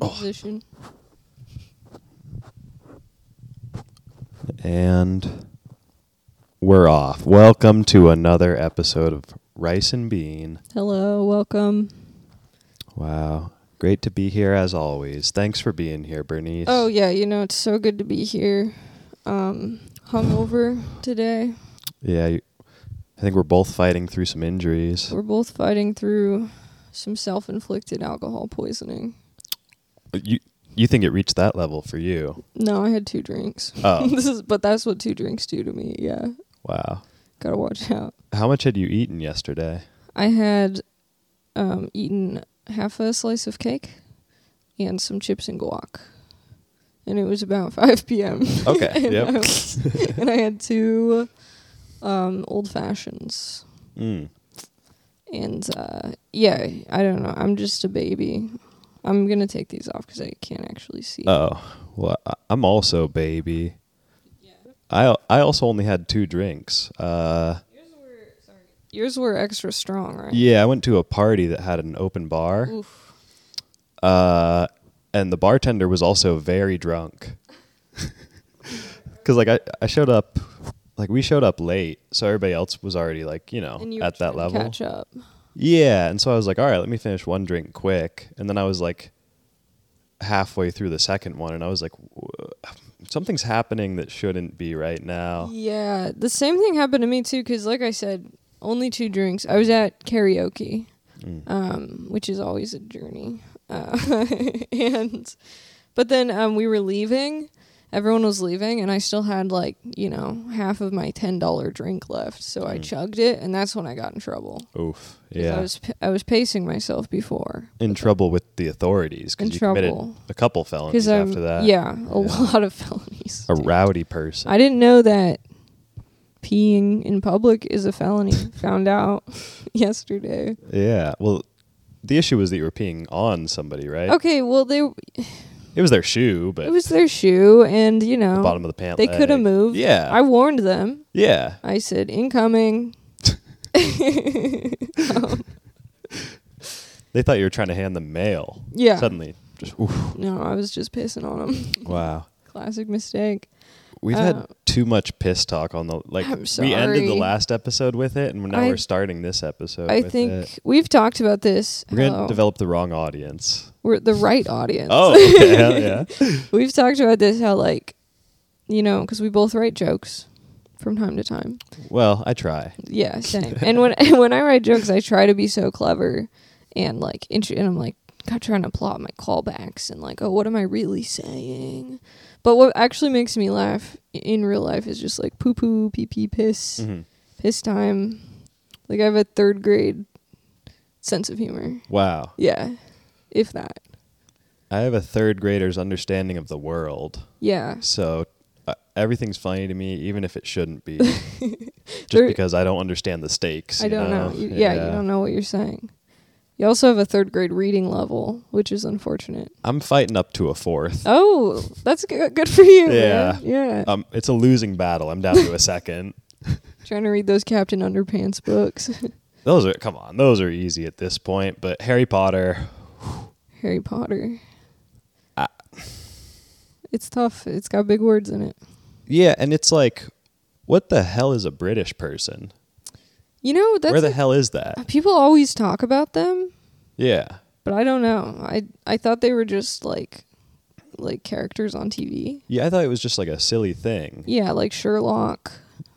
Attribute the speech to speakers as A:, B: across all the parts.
A: Oh. position.
B: And we're off. Welcome to another episode of Rice and Bean.
A: Hello, welcome.
B: Wow. Great to be here as always. Thanks for being here, Bernice.
A: Oh yeah, you know it's so good to be here. Um, hungover today.
B: Yeah, you, I think we're both fighting through some injuries.
A: We're both fighting through some self-inflicted alcohol poisoning.
B: You you think it reached that level for you?
A: No, I had two drinks.
B: Oh.
A: this is, but that's what two drinks do to me. Yeah,
B: Wow.
A: gotta watch out.
B: How much had you eaten yesterday?
A: I had um, eaten half a slice of cake and some chips and guac, and it was about 5 p.m.
B: Okay,
A: and,
B: yep.
A: I was- and I had two um, old fashions,
B: Mm.
A: and uh, yeah, I don't know. I'm just a baby. I'm gonna take these off because I can't actually see.
B: Oh. Well, I- I'm also baby. I I also only had two drinks. Uh
A: Yours were extra strong, right?
B: Yeah, I went to a party that had an open bar.
A: Oof.
B: Uh, and the bartender was also very drunk. Cause like I, I showed up like we showed up late, so everybody else was already like, you know,
A: And you were
B: at that
A: trying to
B: level.
A: catch up.
B: Yeah. And so I was like, all right, let me finish one drink quick. And then I was like halfway through the second one and I was like "Wha- something's happening that shouldn't be right now.
A: Yeah, the same thing happened to me too. Because, like I said, only two drinks. I was at karaoke,
B: Mm.
A: um, which is always a journey. Uh, and but then um, we were leaving. Everyone was leaving, and I still had like you know half of my ten dollar drink left. So I chugged it, and that's when I got in trouble.
B: Oof.
A: 'Cause
B: Mm. Yeah.
A: I was p- I was pacing myself before
B: in trouble with the authorities
A: In
B: because you committed
A: trouble.
B: a couple felonies
A: because I'm
B: after that.
A: yeah a
B: Yeah.
A: lot of felonies.
B: A rowdy person.
A: I didn't know that peeing in public is a felony. Found out yesterday.
B: Yeah. Well, the issue was that you were peeing on somebody, right?
A: Okay, well they it
B: It was their shoe, but
A: Oh. was their shoe and you know
B: the bottom of the pant.
A: they could have
B: leg.
A: moved.
B: Yeah.
A: I warned them.
B: yeah.
A: I said incoming.
B: They thought you were trying to hand them mail.
A: Yeah.
B: Suddenly, just oof.
A: No, I was just pissing on them.
B: wow.
A: Classic mistake.
B: We've
A: Uh,
B: had too much piss talk on the like.
A: I'm
B: We ended
A: sorry.
B: the last episode with it, and now
A: I-
B: we're starting this episode.
A: I
B: with
A: think
B: it.
A: we've talked about this.
B: we're gonna
A: how
B: develop the wrong audience.
A: we're the right audience.
B: Oh, okay, hell yeah.
A: We've talked about this how like you know, cuz we both write jokes from time to time.
B: Well, I try.
A: Yeah, same. and when and when I write jokes, I try to be so clever and like int- and I'm like God, trying to plot my callbacks and like, oh, what am I really saying? But what actually makes me laugh i- in real life is just like poo poo, pee pee, piss,
B: Mhm.
A: piss time. Like I have a third grade sense of humor.
B: Wow.
A: Yeah, if that.
B: I have a third grader's understanding of the world.
A: Yeah,
B: So uh, everything's funny to me, even if it shouldn't be, just
A: There-
B: because I don't understand the stakes.
A: I
B: you
A: don't know.
B: know?
A: You, yeah, you don't know what you're saying. You also have a third grade reading level, which is unfortunate.
B: I'm fighting up to a fourth.
A: Oh, that's good, good for you.
B: Yeah.
A: man. Yeah.
B: Um, it's a losing battle. I'm down to a second.
A: Trying to read those Captain Underpants books.
B: Those are come on. Those are easy at this point. But Harry Potter,
A: Harry Potter. it's tough. It's got big words in it.
B: yeah, and it's like, what the hell is a British person?
A: You know, that's
B: Where the
A: like-
B: hell is that?
A: people always talk about them,
B: Yeah,
A: but I don't know. I I thought they were just like like characters on TV.
B: yeah. I thought it was just like a silly thing.
A: Yeah, like Sherlock,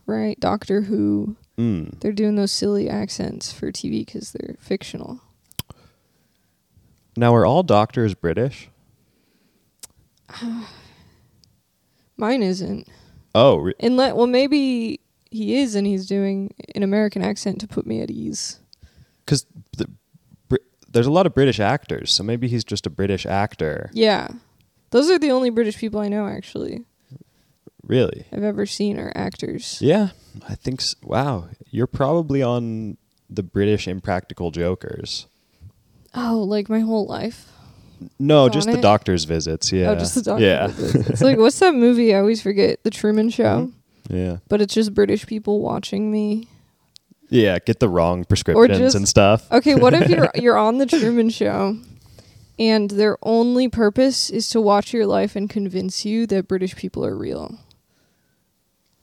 A: right? Doctor Who.
B: Mm.
A: They're doing those silly accents for TV because they're fictional.
B: Now are all doctors British?
A: Mine isn't.
B: Oh, re-
A: Inlet. Well, maybe he is, and he's doing an American accent to put me at ease.
B: because the, Br- there's a lot of British actors, so maybe he's just a British actor.
A: Yeah, those are the only British people I know actually
B: Really?
A: I've ever seen are actors.
B: Yeah, I think. s Wow, you're probably on the British Impractical Jokers.
A: Oh, like my whole life.
B: No,
A: It's
B: just
A: on
B: the
A: it?
B: doctor's visits. Yeah.
A: Oh, just the doctor.
B: Yeah,
A: visits. it's like what's that movie? I always forget the Truman Show,
B: Mm-hmm. yeah,
A: but it's just British people watching me.
B: yeah. Get the wrong prescriptions
A: just-
B: and stuff.
A: Okay, what if you're you're on the Truman Show, and their only purpose is to watch your life and convince you that British people are real.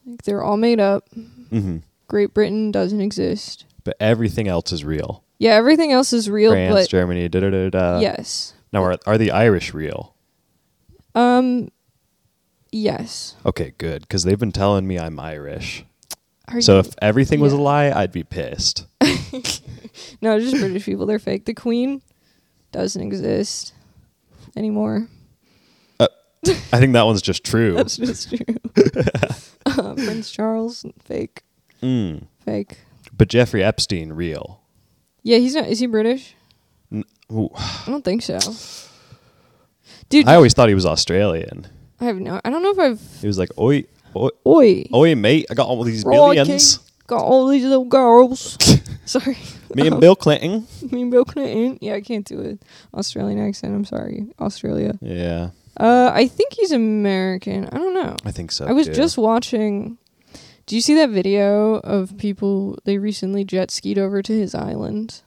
A: Like they're all made up.
B: hmm
A: Great Britain doesn't exist.
B: But everything else is real.
A: Yeah, everything else is real,
B: France,
A: but
B: Germany, da da da da.
A: yes,
B: Now, are, are the Irish real?
A: um, yes.
B: Okay, good, because they've been telling me I'm Irish.
A: Are
B: so
A: you-
B: if everything was a
A: Yeah.
B: lie, I'd be pissed.
A: no, just British people, they're fake. The Queen doesn't exist anymore.
B: I think that one's just true.
A: That's just true. uh, Prince Charles, fake,
B: Mm.
A: fake.
B: But Jeffrey Epstein, real.
A: Yeah, he's not. Is he British?
B: Ooh.
A: I don't think so. Dude,
B: I
A: I,
B: always thought he was Australian.
A: have no. I don't know if I've.
B: He was like, oi, oi,
A: Oi,
B: oi mate, I got all these
A: Roy
B: billions.
A: King, got all these little girls. sorry,
B: Me and Bill Clinton.
A: me and Bill Clinton. Yeah, I can't do an Australian accent. I'm sorry, Australia.
B: Yeah,
A: Uh, I think he's American. I don't know.
B: I think so.
A: I was
B: too.
A: just watching. Do you see that video of people? They recently jet skied over to his island.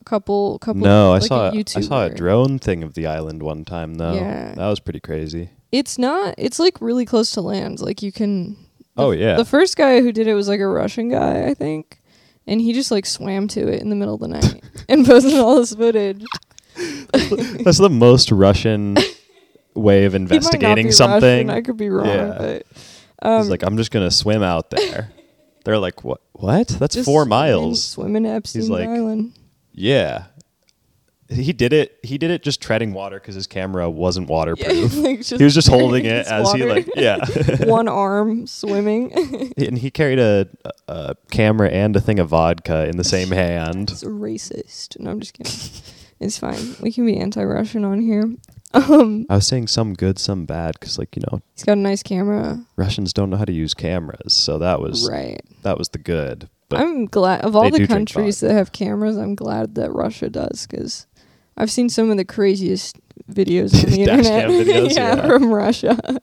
A: A couple, couple.
B: no, I
A: like
B: saw
A: a
B: a, I saw a
A: YouTuber.
B: drone thing of the island one time though.
A: Yeah.
B: That was pretty crazy.
A: It's not. It's like really close to land. Like you can. the-
B: Oh yeah.
A: The first guy who did it was like a Russian guy, I think, and he just like swam to it in the middle of the night and posted all this footage.
B: That's the most Russian way of
A: He might not
B: investigating
A: be
B: something.
A: Russian, um, I could be wrong,
B: Yeah.
A: but
B: He's like, I'm just gonna swim out there. They're like, what? What? That's
A: just
B: four
A: swimming-
B: miles.
A: Swimming to Epstein's
B: like-
A: Island.
B: Yeah. He did it. He did it just treading water because his camera wasn't
A: Yeah,
B: waterproof.
A: like just
B: he was just holding it
A: It's
B: as he
A: water.
B: like, yeah.
A: one arm swimming.
B: and he carried a, a camera and a thing of vodka in the same hand.
A: it's racist. No, I'm just kidding. It's fine. We can be anti-Russian on here. Um,
B: I was saying some good, some bad, because like you know,
A: he's got a nice camera,
B: Russians don't know how to use cameras, so that was
A: right?
B: that was the good. But
A: I'm glad of
B: they
A: all the
B: do drink
A: countries that have cameras. I'm glad that Russia does because I've seen some of the craziest videos on the
B: Dash
A: internet.
B: cam videos, yeah.
A: from Russia.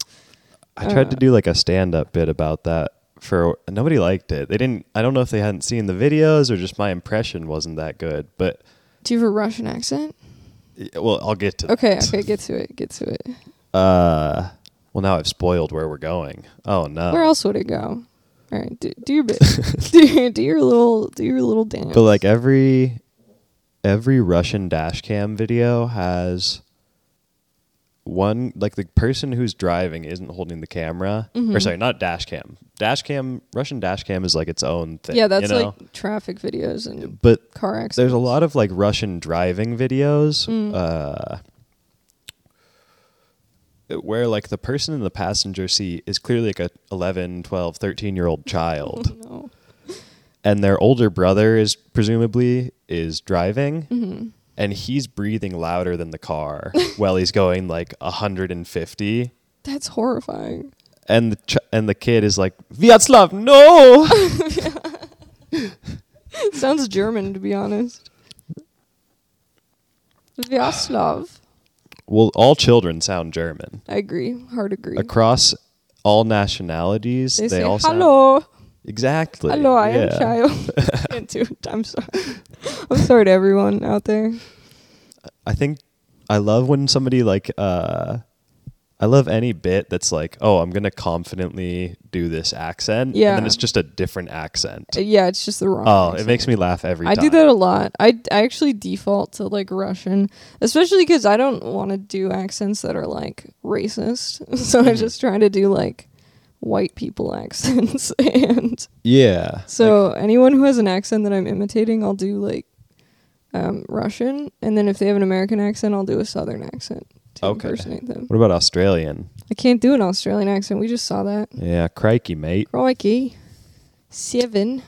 B: I tried
A: uh,
B: to do like a stand-up bit about that for nobody liked it. They didn't. I don't know if they hadn't seen the videos or just my impression wasn't that good. But
A: Do you have a Russian accent?
B: well, I'll get to.
A: Okay,
B: that.
A: okay, get to it, get to it.
B: Uh, well, now I've spoiled where we're going. Oh no.
A: Where else would it go? All right, do, do your bit. do, do your little, do your little dance.
B: But like every every Russian dash cam video has one like the person who's driving isn't holding the camera.
A: Mm-hmm.
B: Or sorry, not dash cam. Dash cam Russian dash cam is like its own thing.
A: yeah, that's
B: you know?
A: like traffic videos and
B: but
A: car accidents.
B: there's a lot of like Russian driving videos
A: Mm.
B: uh, where like the person in the passenger seat is clearly like a 11, 12, 13 year old child
A: No.
B: and their older brother is presumably is driving
A: Mm-hmm.
B: and he's breathing louder than the car while he's going like 150
A: That's horrifying.
B: and the ch- and the kid is like Vyacheslav no
A: It sounds German, to be honest. Vyaslav.
B: well all children sound german
A: I agree. Hard agree.
B: across all nationalities
A: they,
B: they,
A: say,
B: all sound
A: hello,
B: exactly
A: hello, I am
B: yeah.
A: child. I can't do it. I'm sorry. I'm sorry to everyone out there.
B: I think I love when somebody like uh I love any bit that's like, oh, I'm gonna confidently do this accent. And
A: Yeah.
B: then it's just a different accent.
A: Uh, Yeah, it's just the wrong.
B: oh, it
A: accent.
B: makes me laugh every
A: I
B: time.
A: do that a lot. I, I actually default to like Russian, especially because I don't want to do accents that are like racist. So
B: Mm-hmm.
A: I just try to do like white people accents. and
B: Yeah.
A: so anyone who has an accent that I'm imitating, I'll do like um, Russian. And then if they have an American accent, I'll do a Southern accent to
B: Okay.
A: impersonate them.
B: What about Australian?
A: I can't do an Australian accent. We just saw that.
B: Yeah, crikey, mate.
A: Crikey. Seven.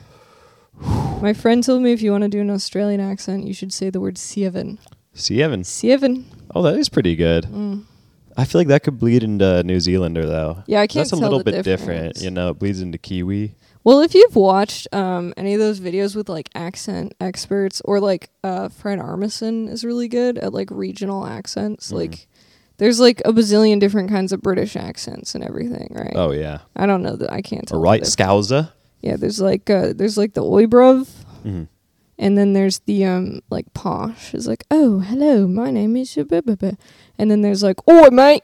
A: My friend told me if you want to do an Australian accent, you should say the word seven.
B: See Evan.
A: Seven.
B: Oh, that is pretty good.
A: Mm.
B: I feel like that could bleed into New Zealander though.
A: Yeah, I can't
B: That's a
A: tell
B: little
A: the
B: bit different.
A: difference.
B: You know, it bleeds into Kiwi.
A: Well, if you've watched um, any of those videos with like accent experts or like uh, Fred Armisen is really good at like regional accents.
B: Mm-hmm.
A: Like there's like a bazillion different kinds of British accents and everything, right?
B: Oh yeah.
A: I don't know that I can't
B: A
A: tell. the
B: right
A: diff-
B: scouser. Mm-hmm.
A: Yeah, there's like uh, there's like the Oi bruv. And then there's the um like posh is like, oh hello, my name is blah, blah, blah." and then there's like, oh mate,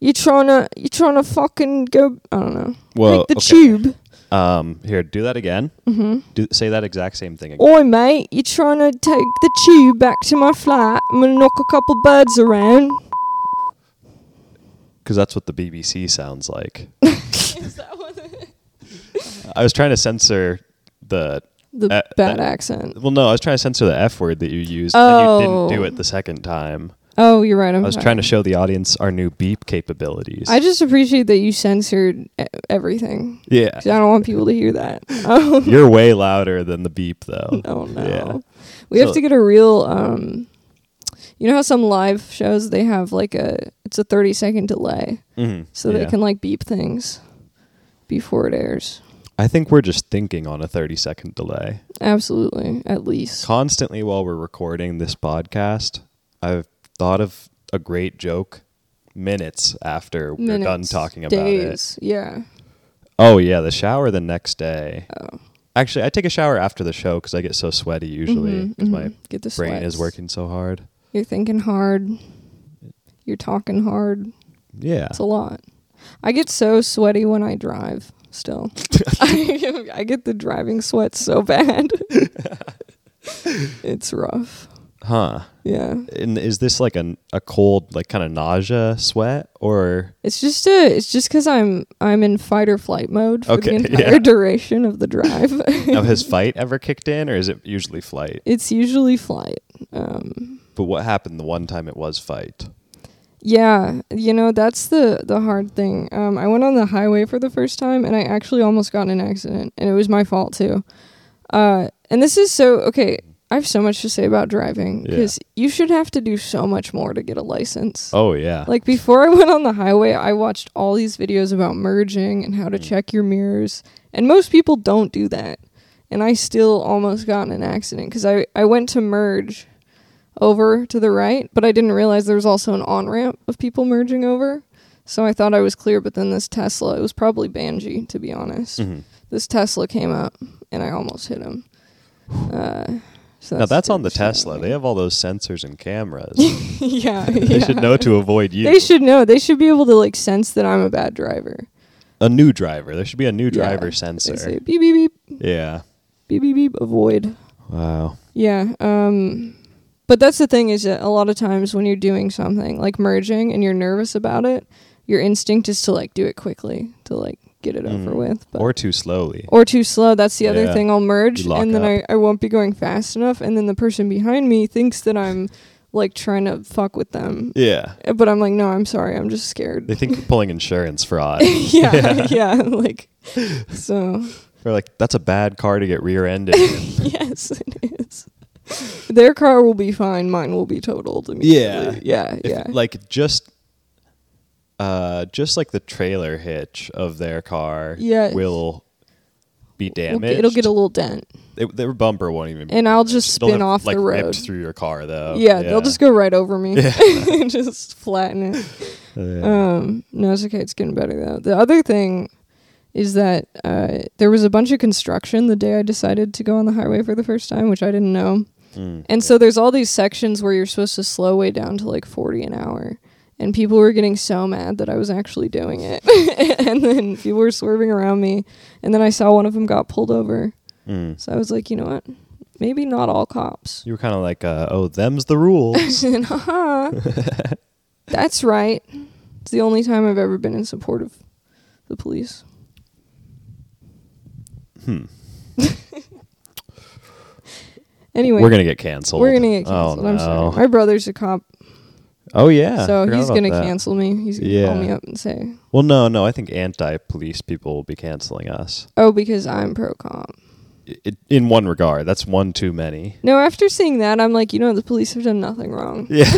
A: you trying to you trying to fucking go? I don't know.
B: Well,
A: like the
B: okay.
A: tube.
B: Um, here, do that again.
A: Mm-hmm.
B: Do, say that exact same thing again.
A: Oi mate, you trying to take the tube back to my flat? I'm gonna knock a couple birds around.
B: Because that's what the BBC sounds like.
A: is that what
B: I was trying to censor the.
A: the
B: Uh,
A: bad
B: that-
A: accent?
B: Well, no, I was trying to censor the F word that you used, and you
A: Oh.
B: didn't do it the second time.
A: Oh, you're right. I'm
B: I was
A: sorry.
B: trying to show the audience our new beep capabilities.
A: I just appreciate that you censored e- everything.
B: yeah,
A: 'Cause I don't want people to hear that. Oh
B: you're way louder than the beep though.
A: no, Oh, no.
B: Yeah.
A: We
B: So-
A: have to get a real. um You know how some live shows they have like a it's a thirty second delay
B: Mhm,
A: so
B: yeah.
A: they can like beep things before it airs.
B: I think we're just thinking on a 30 second delay.
A: Absolutely, at least.
B: Constantly while we're recording this podcast, I've thought of a great joke minutes after we're done
A: Minutes,
B: talking about it.
A: days. Yeah.
B: Oh yeah, the shower the next day.
A: Oh.
B: Actually, I take a shower after the show cuz I get so sweaty usually
A: Mhm,
B: 'cause my
A: mhm. Get the
B: brain
A: sweats.
B: is working so hard.
A: You're thinking hard. You're talking hard.
B: Yeah.
A: It's a lot. I get so sweaty when I drive still. I, I get the driving sweat so bad. it's rough.
B: huh.
A: Yeah.
B: And is this like a, a cold like kind of nausea sweat or
A: It's just a it's just cuz I'm I'm in fight or flight mode for
B: Okay,
A: the entire
B: yeah.
A: duration of the drive.
B: now has fight ever kicked in or is it usually flight?
A: it's usually flight. Um
B: But what happened the one time it was fight?
A: yeah, you know that's the the hard thing. Um, I went on the highway for the first time, and I actually almost got in an accident, and it was my fault too. Uh, and this is so okay. I have so much to say about driving
B: Yeah.
A: because you should have to do so much more to get a license.
B: Oh yeah.
A: Like before I went on the highway, I watched all these videos about merging and
B: Mm.
A: how to check your mirrors, and most people don't do that. And I still almost got in an accident because I, I went to merge over to the right, but I didn't realize there was also an on ramp of people merging over. So I thought I was clear, but then this Tesla, it was probably Banji, to be honest.
B: Mhm.
A: This Tesla came up and I almost hit him. Uh, so
B: now that's on the
A: pretty
B: Tesla. They
A: exciting.
B: have all those sensors and cameras.
A: yeah,
B: They
A: yeah.
B: should know to avoid you.
A: They should know. They should be able to like sense that I'm a bad driver.
B: a new driver. There should be a new driver
A: Yeah, They say
B: sensor.
A: beep beep beep
B: Yeah.
A: beep beep beep avoid.
B: Wow.
A: Yeah. Um but that's the thing is that a lot of times when you're doing something like merging and you're nervous about it, your instinct is to like do it quickly to like get it over
B: Mm.
A: with. But
B: Or too slowly.
A: or too slow. That's the other
B: Yeah.
A: thing. I'll merge
B: You lock
A: and then
B: up.
A: I, I won't be going fast enough and then the person behind me thinks that I'm like trying to fuck with them.
B: yeah.
A: But I'm like, no, I'm sorry, I'm just scared.
B: They think you're pulling insurance fraud.
A: yeah, yeah, like so.
B: They're like, that's a bad car to get rear-ended. in."
A: Yes, it is. Their car will be fine. Mine will be totaled immediately. Yeah, yeah,
B: If,
A: yeah.
B: Like just, uh, just like the trailer hitch of their car
A: Yes.
B: will be
A: We'll
B: damaged.
A: get- it'll get a little dent,
B: It- their bumper won't even. be
A: and I'll just
B: They'll
A: spin
B: have,
A: off
B: like,
A: the
B: ripped
A: road.
B: through your car though.
A: yeah, they'll just go right over me and just flatten it.
B: Yeah.
A: Um, no, it's okay. It's getting better though. The other thing is that uh, there was a bunch of construction the day I decided to go on the highway for the first time, which I didn't know.
B: Mm.
A: And so there's all these sections where you're supposed to slow way down to like 40 an hour. And people were getting so mad that I was actually doing it. and then people were swerving around me. And then I saw one of them got pulled over.
B: Mm.
A: So I was like, you know what? Maybe not all cops.
B: You were kind of like, uh, oh, them's the rules.
A: and haha, that's right. It's the only time I've ever been in support of the police.
B: hmm.
A: Anyway,
B: We're gonna get canceled.
A: we're gonna get canceled.
B: Oh,
A: I'm sorry.
B: no.
A: My brother's a cop,
B: oh yeah.
A: so
B: Forgot
A: he's
B: about
A: gonna
B: that.
A: cancel me. He's gonna call
B: Yeah.
A: me up and say,
B: Well, no, no. I think anti-police people will be canceling us.
A: "Oh, because I'm pro cop."
B: I- It, in one regard, that's one too many.
A: No, after seeing that, I'm like, you know, the police have done nothing wrong.
B: Yeah,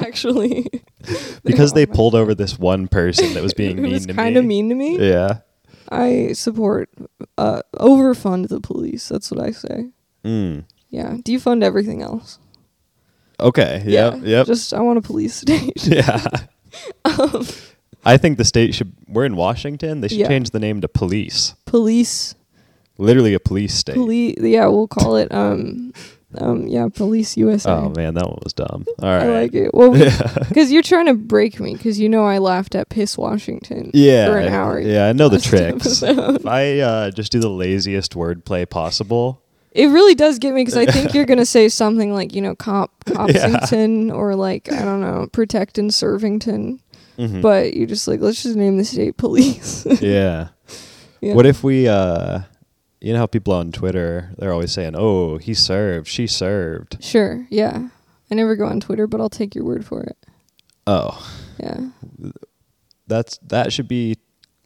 A: Actually,
B: because they
A: Oh my
B: pulled over this one person that was being
A: it
B: mean
A: was
B: to
A: kind of
B: me.
A: mean to me.
B: Yeah.
A: I support uh, overfund the police. That's what I say.
B: Mm.
A: Yeah, defund everything else.
B: Okay. Yep. Yep.
A: Just I want a police state.
B: yeah. I think the state should. We're in Washington. They should
A: Yeah.
B: change the name to police.
A: police
B: literally a police state.
A: Police, yeah, we'll call it um, um, yeah, police USA.
B: Oh man, that one was dumb. All right.
A: I like it. Well, because you're trying to break me, because you know I laughed at Piss Washington
B: Yeah.
A: for an hour.
B: Yeah, I know the
A: last
B: tricks.
A: episode.
B: If I uh, just do the laziest wordplay possible,
A: It really does get me because I think you're gonna say something like you know cop Copsington or like I don't know protect and servington,
B: Mhm.
A: but you're just like let's just name the state police.
B: yeah.
A: Yeah.
B: What if we, uh, you know how people on Twitter, they're always saying, oh, he served, she served.
A: Sure, yeah. I never go on Twitter, but I'll take your word for it.
B: Oh,
A: Yeah,
B: that's that should be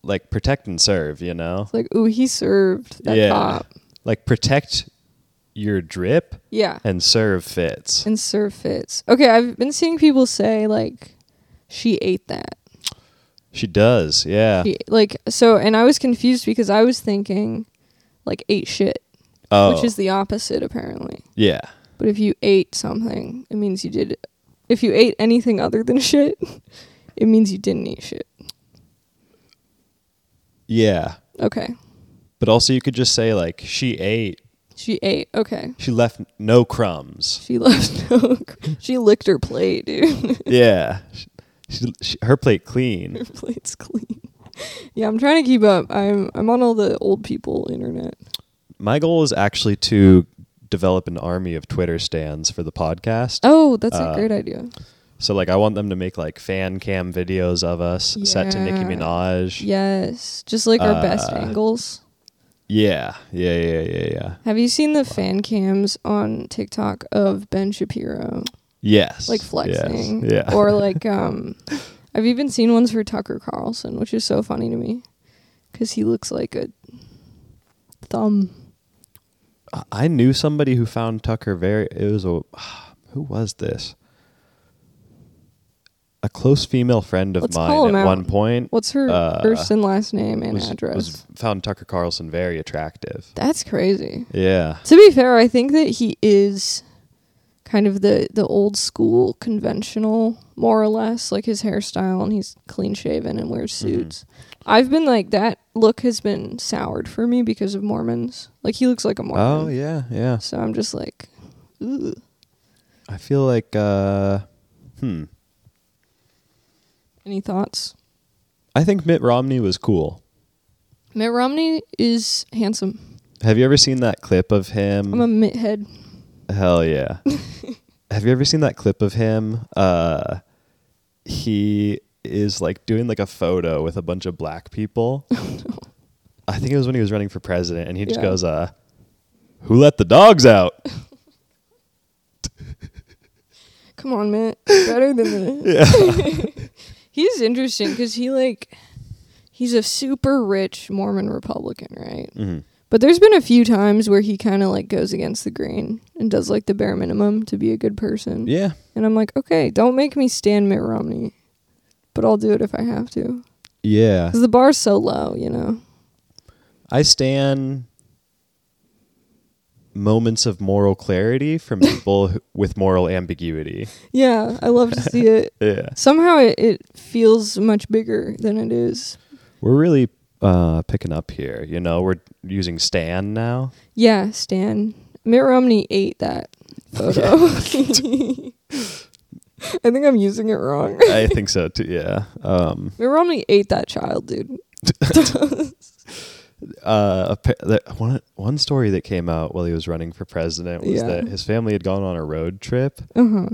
B: like protect and serve, you know?
A: it's like ooh he served that
B: Yeah.
A: cop.
B: Like protect your drip
A: Yeah,
B: and serve fits.
A: and serve fits. Okay, I've been seeing people say like she ate that.
B: She does, yeah.
A: She- like so, and I was confused because I was thinking like ate shit,
B: oh,
A: which is the opposite apparently.
B: yeah.
A: But if you ate something, it means you did. If you ate anything other than shit, it means you didn't eat shit.
B: Yeah.
A: Okay.
B: But also, you could just say, like, she ate,
A: She ate. Okay.
B: she left no crumbs.
A: She left no. She licked her plate, dude.
B: yeah. She, she, she, her plate clean.
A: her plate's clean. Yeah, I'm trying to keep up. I'm I'm on all the old people internet.
B: My goal is actually to develop an army of Twitter stands for the podcast.
A: Oh, that's
B: Uh,
A: a great idea.
B: So like I want them to make like fan cam videos of us set to Nicki
A: Yeah.
B: Minaj. Yeah.
A: Yes, just like our best
B: uh,
A: angles.
B: yeah. Yeah, yeah, yeah, yeah.
A: Have you seen the fan cams on TikTok of Ben Shapiro?
B: Yes.
A: like
B: yes,
A: flexing
B: Yeah.
A: or like um i've even seen ones for tucker carlson which is so funny to me because he looks like a thumb
B: I- I knew somebody who found Tucker very it was a who was this? A close female friend of
A: Let's call
B: mine
A: him
B: at
A: out.
B: one point
A: what's her
B: Uh,
A: first and last name and
B: was,
A: address
B: was found Tucker Carlson very attractive.
A: that's crazy
B: Yeah.
A: to be fair i think that he is kind of the the old school conventional more or less like his hairstyle and he's clean shaven and wears
B: Mm-hmm.
A: suits i've been like that look has been soured for me because of mormons like he looks like a mormon
B: Oh yeah, yeah.
A: So I'm just like, ooh.
B: I feel like uh hmm.
A: Any thoughts?
B: I think Mitt Romney was cool.
A: Mitt Romney is handsome.
B: Have you ever seen that clip of him?
A: I'm a mitt head.
B: Hell yeah. Have you ever seen that clip of him? Uh, he is like doing like a photo with a bunch of black people. I think it was when he was running for president and he just
A: Yeah.
B: goes, uh, who let the dogs out?
A: Come on, Mitt. Better than the.
B: yeah.
A: He's interesting because he like, he's a super rich Mormon Republican, right?
B: Mhm.
A: But there's been a few times where he kind of like goes against the grain and does like the bare minimum to be a good person.
B: Yeah.
A: And I'm like, okay, don't make me stand Mitt Romney, but I'll do it if I have to.
B: Yeah.
A: Because the bar's so low, you know?
B: I stand moments of moral clarity from people who- with moral ambiguity.
A: Yeah, I love to see it.
B: Yeah.
A: Somehow it, it feels much bigger than it is.
B: We're really uh, picking up here. You know, we're using Stan now.
A: Yeah, Stan. Mitt Romney ate that photo. I think I'm using it wrong.
B: I think so too. Yeah. Um,
A: Mitt Romney ate that child, dude.
B: uh, appa- that one one story that came out while he was running for president was
A: Yeah.
B: that his family had gone on a road trip
A: Uh huh.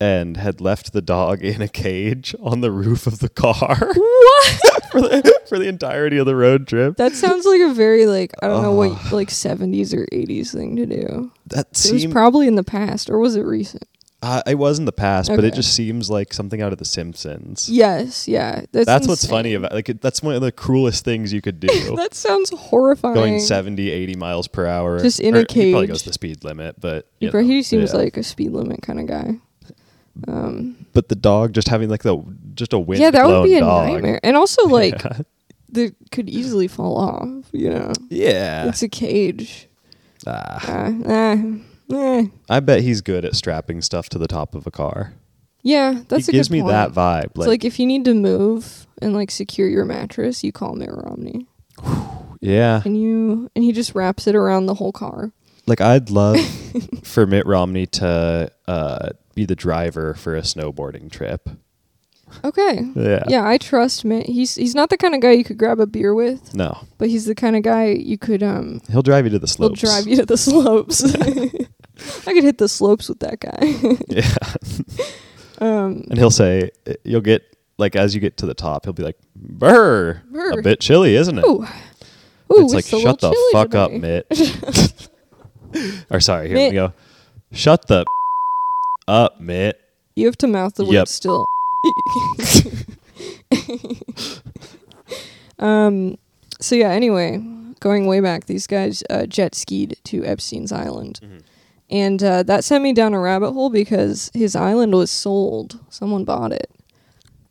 B: and had left the dog in a cage on the roof of the car
A: What?
B: for, the, for the entirety of the road trip.
A: That sounds like a very like I don't know
B: Uh.
A: what like 70s or 80s thing to do. It
B: That
A: was
B: seemed
A: probably in the past, or was it recent?
B: uh, it was in the past, but it
A: Okay.
B: just seems like something out of The Simpsons.
A: Yes. Yeah. That's,
B: that's what's
A: insane.
B: funny about like it, that's one of the cruelest things you could do.
A: That sounds horrifying.
B: Going 70, 80 miles per hour.
A: Just in a
B: Or He probably
A: cage.
B: goes the speed limit, but
A: He,
B: you
A: pro-
B: know,
A: he seems
B: yeah.
A: like a speed limit kind of guy. Um,
B: but the dog just having like the just a wind.
A: yeah, that would be a
B: dog.
A: nightmare. And also, like, they could easily fall off. You know,
B: Yeah.
A: it's a cage.
B: Ah,
A: Uh, eh, eh.
B: I bet he's good at strapping stuff to the top of a car.
A: Yeah, that's
B: he
A: a
B: gives
A: good
B: me
A: point.
B: that vibe.
A: It's like if you need to move and like secure your mattress, you call Mitt Romney.
B: Yeah.
A: and you and he just wraps it around the whole car.
B: Like I'd love for Mitt Romney to uh, be the driver for a snowboarding trip.
A: Okay.
B: Yeah.
A: Yeah, I trust Mitt. He's he's not the kind of guy you could grab a beer with,
B: No,
A: but he's the kind of guy you could um
B: he'll drive you to the
A: he'll
B: slopes.
A: drive you to the slopes. I could hit the slopes with that guy.
B: Yeah.
A: um
B: And he'll say, you'll get like as you get to the top, he'll be like, "Brr,
A: Brr.
B: a bit chilly, isn't it?"
A: ooh, ooh,
B: it's like,
A: a
B: "Shut
A: little
B: the
A: chilly
B: fuck up,
A: today."
B: Mitt." or sorry, here
A: Mitt.
B: we go. Shut the up, Mitt.
A: You have to mouth the word
B: Yep.
A: still. um. So yeah. Anyway, going way back, these guys uh, jet skied to Epstein's island,
B: Mm-hmm.
A: and uh, that sent me down a rabbit hole because his island was sold. Someone bought it.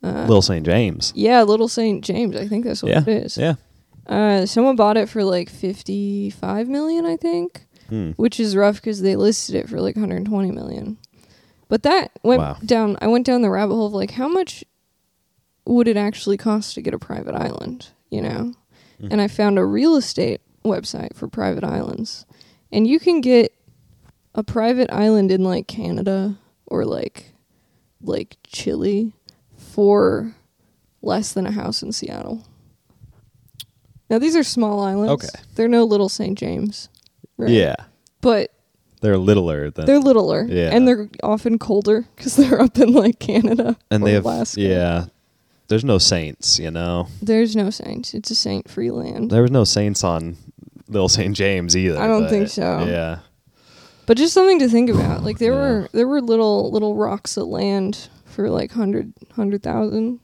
A: Uh,
B: Little St. James.
A: Yeah, Little Saint James. I think that's what
B: Yeah.
A: it is.
B: Yeah.
A: Uh, someone bought it for like fifty-five million, I think,
B: Hmm.
A: which is rough because they listed it for like one hundred twenty million. But that went
B: Wow.
A: down. I went down the rabbit hole of like how much would it actually cost to get a private island, you know?
B: Mm-hmm.
A: And I found a real estate website for private islands, and you can get a private island in like Canada or like like Chile for less than a house in Seattle. Now these are small islands.
B: Okay.
A: They're no little St. James. right?
B: Yeah.
A: But
B: They're littler than
A: they're littler.
B: Yeah.
A: And they're often colder cuz they're up in like Canada
B: and
A: or
B: they have
A: Alaska.
B: yeah. There's no saints, you know.
A: There's no saints. It's a saint free land.
B: There was no saints on Little St. James either.
A: I don't
B: but
A: think so.
B: Yeah.
A: But just something to think about. Like there
B: Yeah.
A: were there were little little rocks of land for like 100 100,000.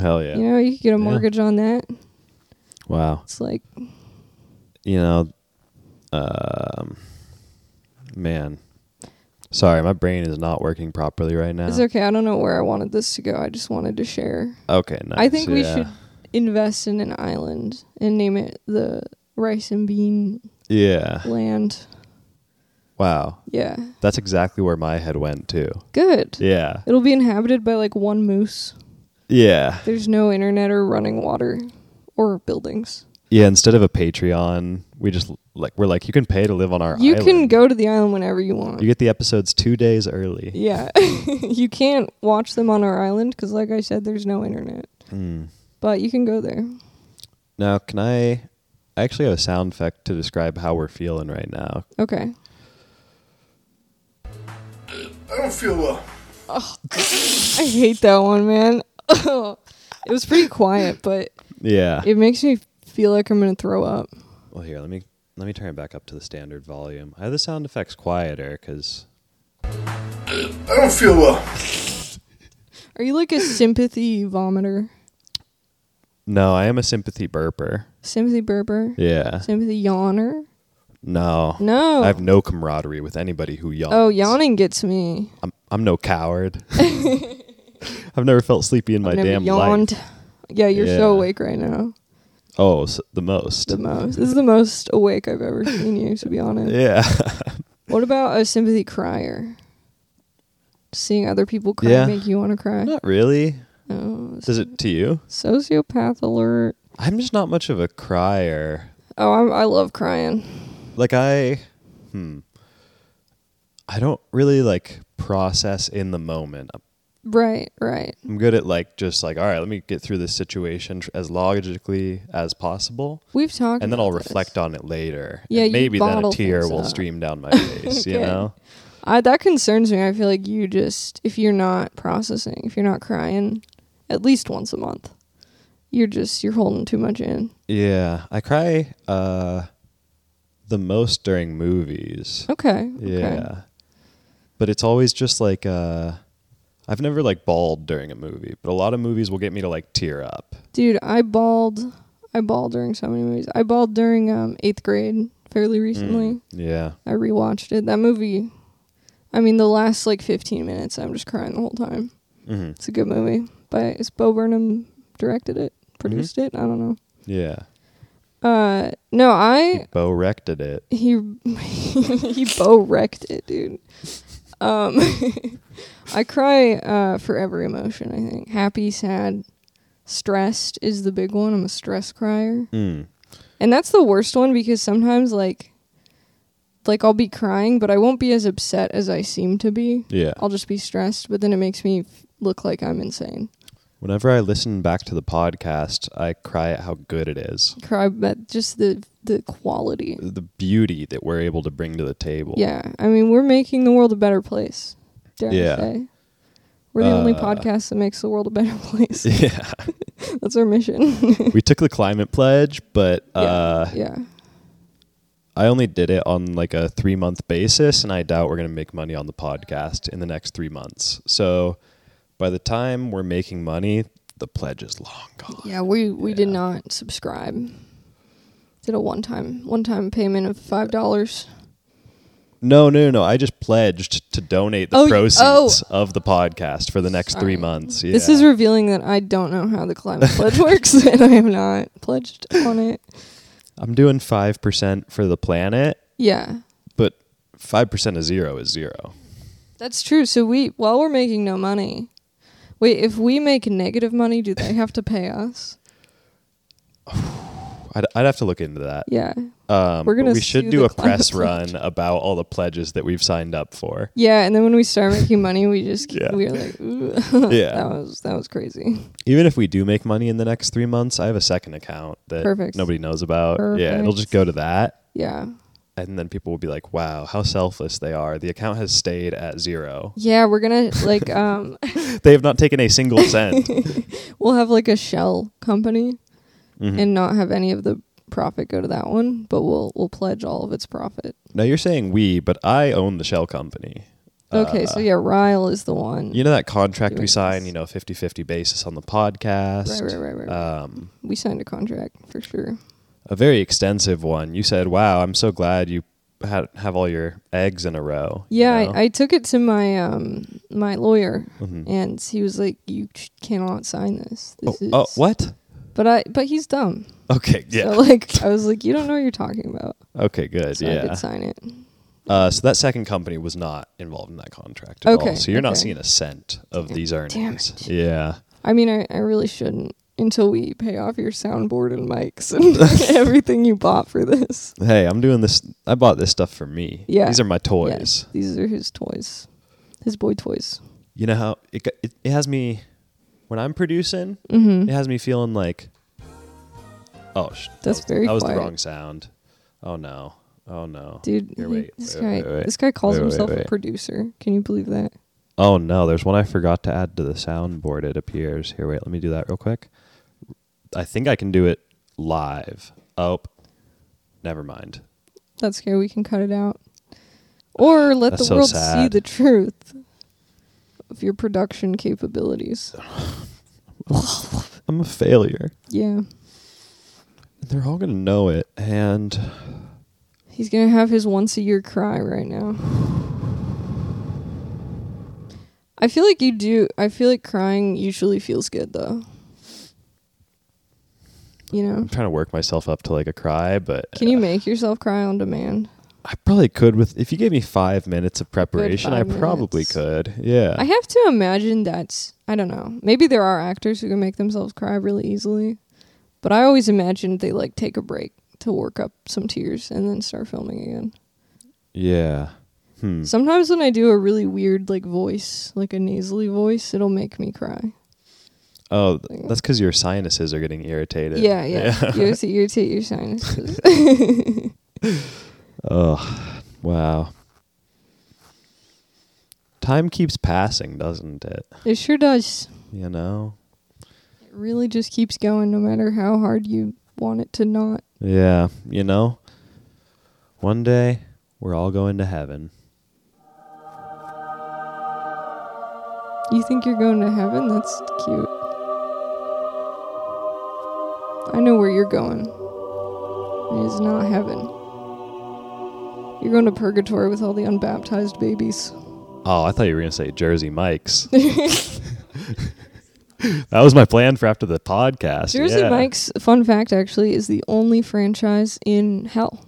B: Hell yeah.
A: You know, you could get a
B: Yeah.
A: mortgage on that.
B: Wow.
A: It's like
B: You know, um, man. Sorry, my brain is not working properly right now.
A: It's okay. I don't know where I wanted this to go. I just wanted to share.
B: Okay, nice.
A: I think we
B: yeah.
A: should invest in an island and name it the rice and bean
B: Yeah.
A: land.
B: Wow.
A: Yeah.
B: That's exactly where my head went too.
A: Good.
B: Yeah.
A: It'll be inhabited by like one moose.
B: Yeah.
A: There's no internet or running water or buildings.
B: Yeah, instead of a Patreon, we just like we're like you can pay to live on our
A: You can
B: island.
A: go to the island whenever you want.
B: You get the episodes 2 days early.
A: yeah. you can't watch them on our island because, like I said, there's no internet.
B: Mm.
A: But you can go there.
B: Now, can I I actually have a sound effect to describe how we're feeling right now.
A: Okay.
C: I don't feel well.
A: I hate that one, man. it was pretty quiet, but
B: Yeah.
A: It makes me feel like I'm gonna throw up.
B: well, here, let me let me turn it back up to the standard volume. I have the sound effects quieter cuz
C: I don't feel well.
A: Are you like a sympathy vomiter?
B: no, I am a sympathy burper.
A: Sympathy burper?
B: Yeah.
A: Sympathy yawner?
B: No.
A: No.
B: I have no camaraderie with anybody who yawns.
A: oh, yawning gets me.
B: I'm I'm no coward. I've never felt sleepy in my
A: I've never
B: damn
A: yawned.
B: life.
A: Yeah, you're so
B: Yeah.
A: awake right now.
B: Oh, s the most.
A: The most. This is the most awake I've ever seen you, to be honest.
B: yeah.
A: What about a sympathy crier? Seeing other people cry
B: Yeah.
A: make you want to cry.
B: not really.
A: Oh,
B: Does it to you?
A: sociopath alert.
B: I'm just not much of a crier.
A: Oh, I'm, I love crying.
B: Like I hmm. I don't really like process in the moment.
A: Right, right.
B: I'm good at like just like all right, let me get through this situation tr- as logically as possible.
A: We've talked.
B: And then I'll
A: about this.
B: reflect on it later.
A: Yeah,
B: and
A: you
B: maybe then
A: bottle
B: a tear
A: things
B: will
A: up.
B: stream down my face, you
A: Good.
B: know?
A: I, that concerns me. I feel like you just, if you're not processing, if you're not crying at least once a month, you're just, you're holding too much in.
B: Yeah, I cry uh the most during movies.
A: Okay. okay.
B: Yeah. But it's always just like uh I've never like bawled during a movie, but a lot of movies will get me to like tear up.
A: Dude, I bawled. I bawled during so many movies. I bawled during um, eighth grade fairly recently.
B: Yeah.
A: I rewatched it. That movie, I mean, the last like 15 minutes, I'm just crying the whole time.
B: hmm
A: It's a good movie. But it's Bo Burnham directed it, produced it. I don't know.
B: Yeah.
A: Uh, no, I.
B: Bo rected it.
A: he he bow wrecked it, dude. Um, I cry uh, for every emotion. I think happy, sad, stressed is the big one. I'm a stress crier.
B: Mm.
A: And that's the worst one because sometimes like like I'll be crying, but I won't be as upset as I seem to be.
B: Yeah.
A: I'll just be stressed, but then it makes me f- look like I'm insane.
B: Whenever I listen back to the podcast, I cry at how good it is.
A: Cry but just the the quality.
B: The beauty that we're able to bring to the table.
A: Yeah. I mean, we're making the world a better place. Dare
B: Yeah.
A: I say. We're the only
B: Uh,
A: podcast that makes the world a better place.
B: Yeah.
A: That's our mission.
B: we took the climate pledge, but uh,
A: yeah.
B: I only did it on like a three month basis, and I doubt we're going to make money on the podcast in the next three months. So by the time we're making money, the pledge is long gone.
A: Yeah, we we did not subscribe. Did a one time one time payment of five dollars.
B: No, no, no. I just pledged to donate the
A: Oh, y-
B: proceeds of the podcast for the next
A: Sorry.
B: three months. Yeah.
A: This is revealing that I don't know how the climate pledge works, and I have not pledged on it.
B: I'm doing 5% for the planet,
A: Yeah,
B: but 5% of zero is zero.
A: that's true. So we while we're making no money, wait, if we make negative money, do they have to pay us?
B: I'd, I'd have to look into that.
A: Yeah,
B: Um,
A: We're
B: but
A: gonna
B: we should
A: sue
B: do
A: the
B: a press
A: climate
B: run about all the pledges that we've signed up for.
A: yeah. And then when we start making money, we just keep,
B: Yeah.
A: we're like, Ooh,
B: Yeah.
A: that was that was crazy.
B: Even if we do make money in the next three months, I have a second account that
A: Perfect.
B: nobody knows about. Yeah, it'll just
A: Perfect.
B: go to that.
A: Yeah,
B: And then people will be like, wow, how selfless they are. The account has stayed at zero.
A: yeah. We're gonna like um,
B: They have not taken a single cent.
A: we'll have like a shell company.
B: Mhm.
A: and not have any of the profit go to that one, but we'll we'll pledge all of its profit.
B: Now you're saying we, but I own the shell company.
A: Okay,
B: Uh.
A: so yeah, Ryle is the one.
B: You know that contract we
A: Yes.
B: sign, you know, 50-50 basis on the podcast.
A: right, right, right, right.
B: Um,
A: we signed a contract for sure.
B: a very extensive one. You said, "Wow, I'm so glad you had, have all your eggs in a row." you
A: Yeah,
B: know?
A: I, I took it to my um my lawyer,
B: Mhm.
A: and he was like, "You ch- cannot sign this."
B: Oh,
A: This is
B: oh, what?
A: But I but he's dumb.
B: Okay, yeah.
A: So like I was like, "You don't know what you're talking about."
B: okay, good.
A: So I
B: yeah.
A: could sign it.
B: Uh, so that second company was not involved in that contract. At
A: Okay,
B: All. So you're not
A: okay.
B: seeing a cent of these earnings.
A: damn it.
B: Yeah.
A: I mean, I, I really shouldn't until we pay off your soundboard and mics and everything you bought for this.
B: Hey, I'm doing this. I bought this stuff for me.
A: Yeah.
B: These are my toys.
A: Yes, these are his toys, his boy toys.
B: you know how it, g- it, it has me when i'm producing
A: Mm-hmm.
B: it has me feeling like oh sh- that
A: That's
B: was-
A: very
B: that was
A: quiet.
B: the wrong sound oh no oh no
A: Dude,
B: Here,
A: he-
B: wait,
A: this
B: wait,
A: guy,
B: wait, wait.
A: this guy calls
B: Wait, wait,
A: himself
B: wait.
A: a producer. Can you believe that?
B: oh no there's one i forgot to add to the soundboard it appears here wait let me do that real quick i think i can do it live oh never mind
A: That's okay. We can cut it out, or let
B: That's
A: the
B: so
A: world see
B: sad.
A: the truth of your production capabilities.
B: i'm a failure
A: Yeah,
B: they're all gonna know it and
A: he's gonna have his once a year cry right now. I feel like you do. I feel like crying usually feels good though. You know.
B: i'm trying to work myself up to like a cry but
A: Can you make yourself cry on demand?
B: I probably could with if you gave me five minutes of preparation. I
A: five
B: probably
A: minutes.
B: could. Yeah.
A: I have to imagine that's I don't know. Maybe there are actors who can make themselves cry really easily, but I always imagined they like take a break to work up some tears and then start filming again.
B: yeah. Hmm.
A: Sometimes when I do a really weird like voice, like a nasally voice, it'll make me cry.
B: Oh, th- that's because your sinuses are getting irritated.
A: Yeah, yeah. you have to irritate your sinuses.
B: Oh, wow. Time keeps passing, doesn't it?
A: it sure does.
B: You know.
A: It really just keeps going no matter how hard you want it to not.
B: Yeah. You know. One day we're all going to heaven.
A: You think you're going to heaven? That's cute. I know where you're going. It is not heaven. You're going to purgatory with all the unbaptized babies.
B: Oh, I thought you were gonna say Jersey Mike's. that was my plan for after the podcast.
A: Jersey
B: yeah.
A: Mike's, fun fact actually, is the only franchise in hell.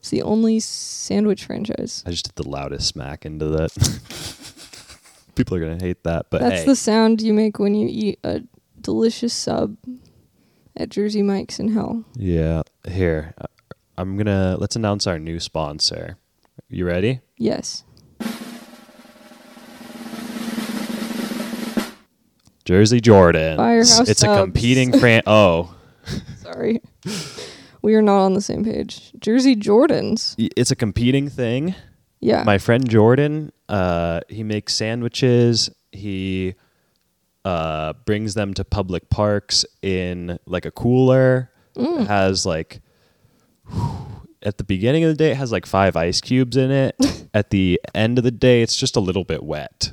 A: It's the only sandwich franchise.
B: I just did the loudest smack into that. People are gonna hate that, but
A: That's
B: hey,
A: the sound you make when you eat a delicious sub at Jersey Mike's in Hell.
B: Yeah. Here, uh, I'm gonna let's announce our new sponsor. You ready?
A: Yes.
B: Jersey Jordan.
A: Firehouse
B: It's a
A: Subs.
B: competing fran. Oh,
A: Sorry. we are not on the same page. Jersey Jordans.
B: Y- it's a competing thing.
A: Yeah.
B: My friend Jordan, uh, he makes sandwiches. He uh, brings them to public parks in like a cooler. Has like at the beginning of the day, it has like five ice cubes in it. at the end of the day, it's just a little bit wet.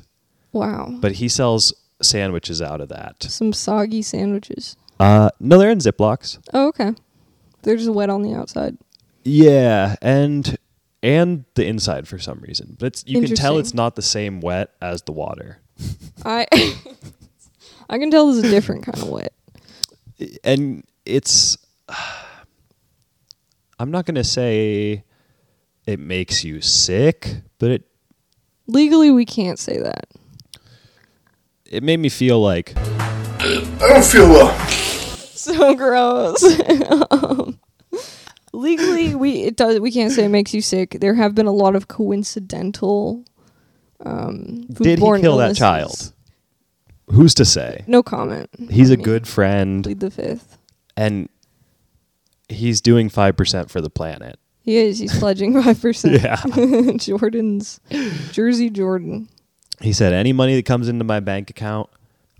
A: wow.
B: But he sells sandwiches out of that.
A: Some soggy sandwiches.
B: Uh, no, they're in Ziplocs.
A: Oh, okay. They're just wet on the outside.
B: Yeah, and and the inside for some reason, but it's, you can tell
A: Interesting.
B: it's not the same wet as the water.
A: I I can tell this is a different kind of wet.
B: and it's i'm not going to say it makes you sick but it
A: Legally, we can't say that.
B: it made me feel like
C: I don't feel well.
A: So gross. Um, legally, we it does we can't say it makes you sick. There have been a lot of coincidental. Um,
B: did he
A: foodborne
B: kill
A: illnesses.
B: that child who's to say
A: No comment.
B: he's
A: I
B: a
A: mean,
B: good friend
A: plead the fifth.
B: and he's doing 5% for the planet
A: He is. He's pledging five percent.
B: yeah
A: Jordan's Jersey Jordan.
B: he said any money that comes into my bank account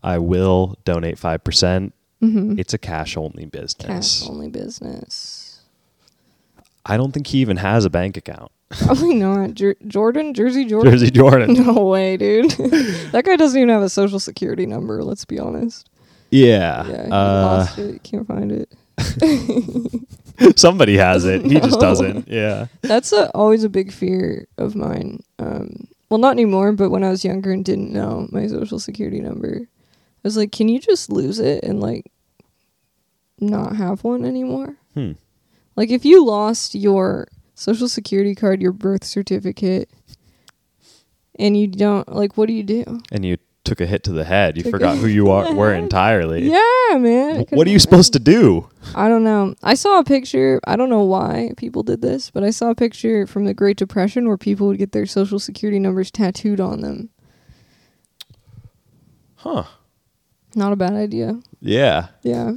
B: i will donate 5% percent
A: Mm-hmm.
B: it's a cash only business
A: Cash only business.
B: i don't think he even has a bank account
A: Probably not. Jer- Jordan, Jersey Jordan.
B: jersey jordan
A: No way, dude. that guy doesn't even have a social security number, let's be honest.
B: Yeah.
A: Yeah, he
B: Uh,
A: lost it. Can't find it.
B: somebody has it. He just
A: No.
B: doesn't. Yeah.
A: That's a, always a big fear of mine. Um, well, not anymore, but when I was younger and didn't know my social security number, I was like, can you just lose it and like not have one anymore?
B: Hmm.
A: Like, if you lost your social security card, your birth certificate, and you don't, like, what do you do?
B: And you took a hit to the head. You
A: Took a
B: forgot who
A: hit
B: you
A: to
B: are,
A: the
B: were
A: head.
B: entirely.
A: Yeah, man. I
B: W- What are
A: couldn't-
B: you supposed to do?
A: I don't know. I saw a picture. I don't know why people did this, but I saw a picture from the Great Depression where people would get their social security numbers tattooed on them.
B: Huh.
A: Not a bad idea.
B: Yeah.
A: Yeah.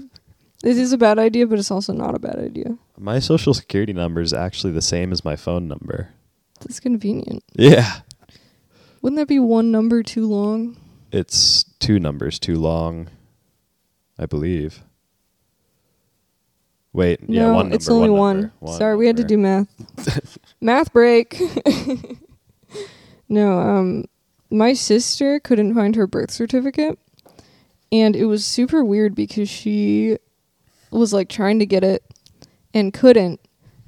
A: It is a bad idea, but it's also not a bad idea.
B: My social security number is actually the same as my phone number.
A: That's convenient.
B: Yeah.
A: Wouldn't that be one number too long?
B: It's two numbers too long, I believe. Wait, yeah,
A: no,
B: one number.
A: it's only one.
B: number,
A: Sorry, we had to
B: number.
A: do math. math break. no, um my sister couldn't find her birth certificate and it was super weird because she was like trying to get it and couldn't,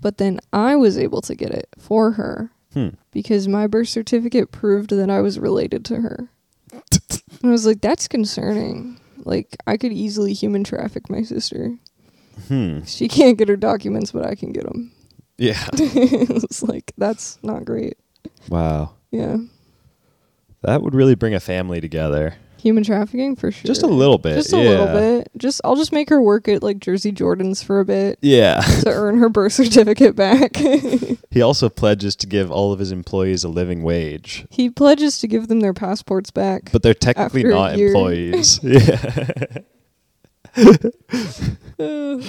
A: but then I was able to get it for her
B: Hmm.
A: because my birth certificate proved that I was related to her. and I was like that's concerning. Like I could easily human traffic my sister.
B: Hmm.
A: She can't get her documents, but I can get them.
B: Yeah.
A: it's like that's not great.
B: wow.
A: Yeah,
B: That would really bring a family together.
A: human trafficking for sure.
B: Just a little bit.
A: Just a
B: yeah.
A: little bit. Just I'll just make her work at like Jersey Jordans for a bit
B: Yeah.
A: to earn her birth certificate back.
B: He also pledges to give all of his employees a living wage,
A: he pledges to give them their passports back.
B: but they're technically
A: After a
B: not
A: year.
B: employees. yeah.
A: Uh,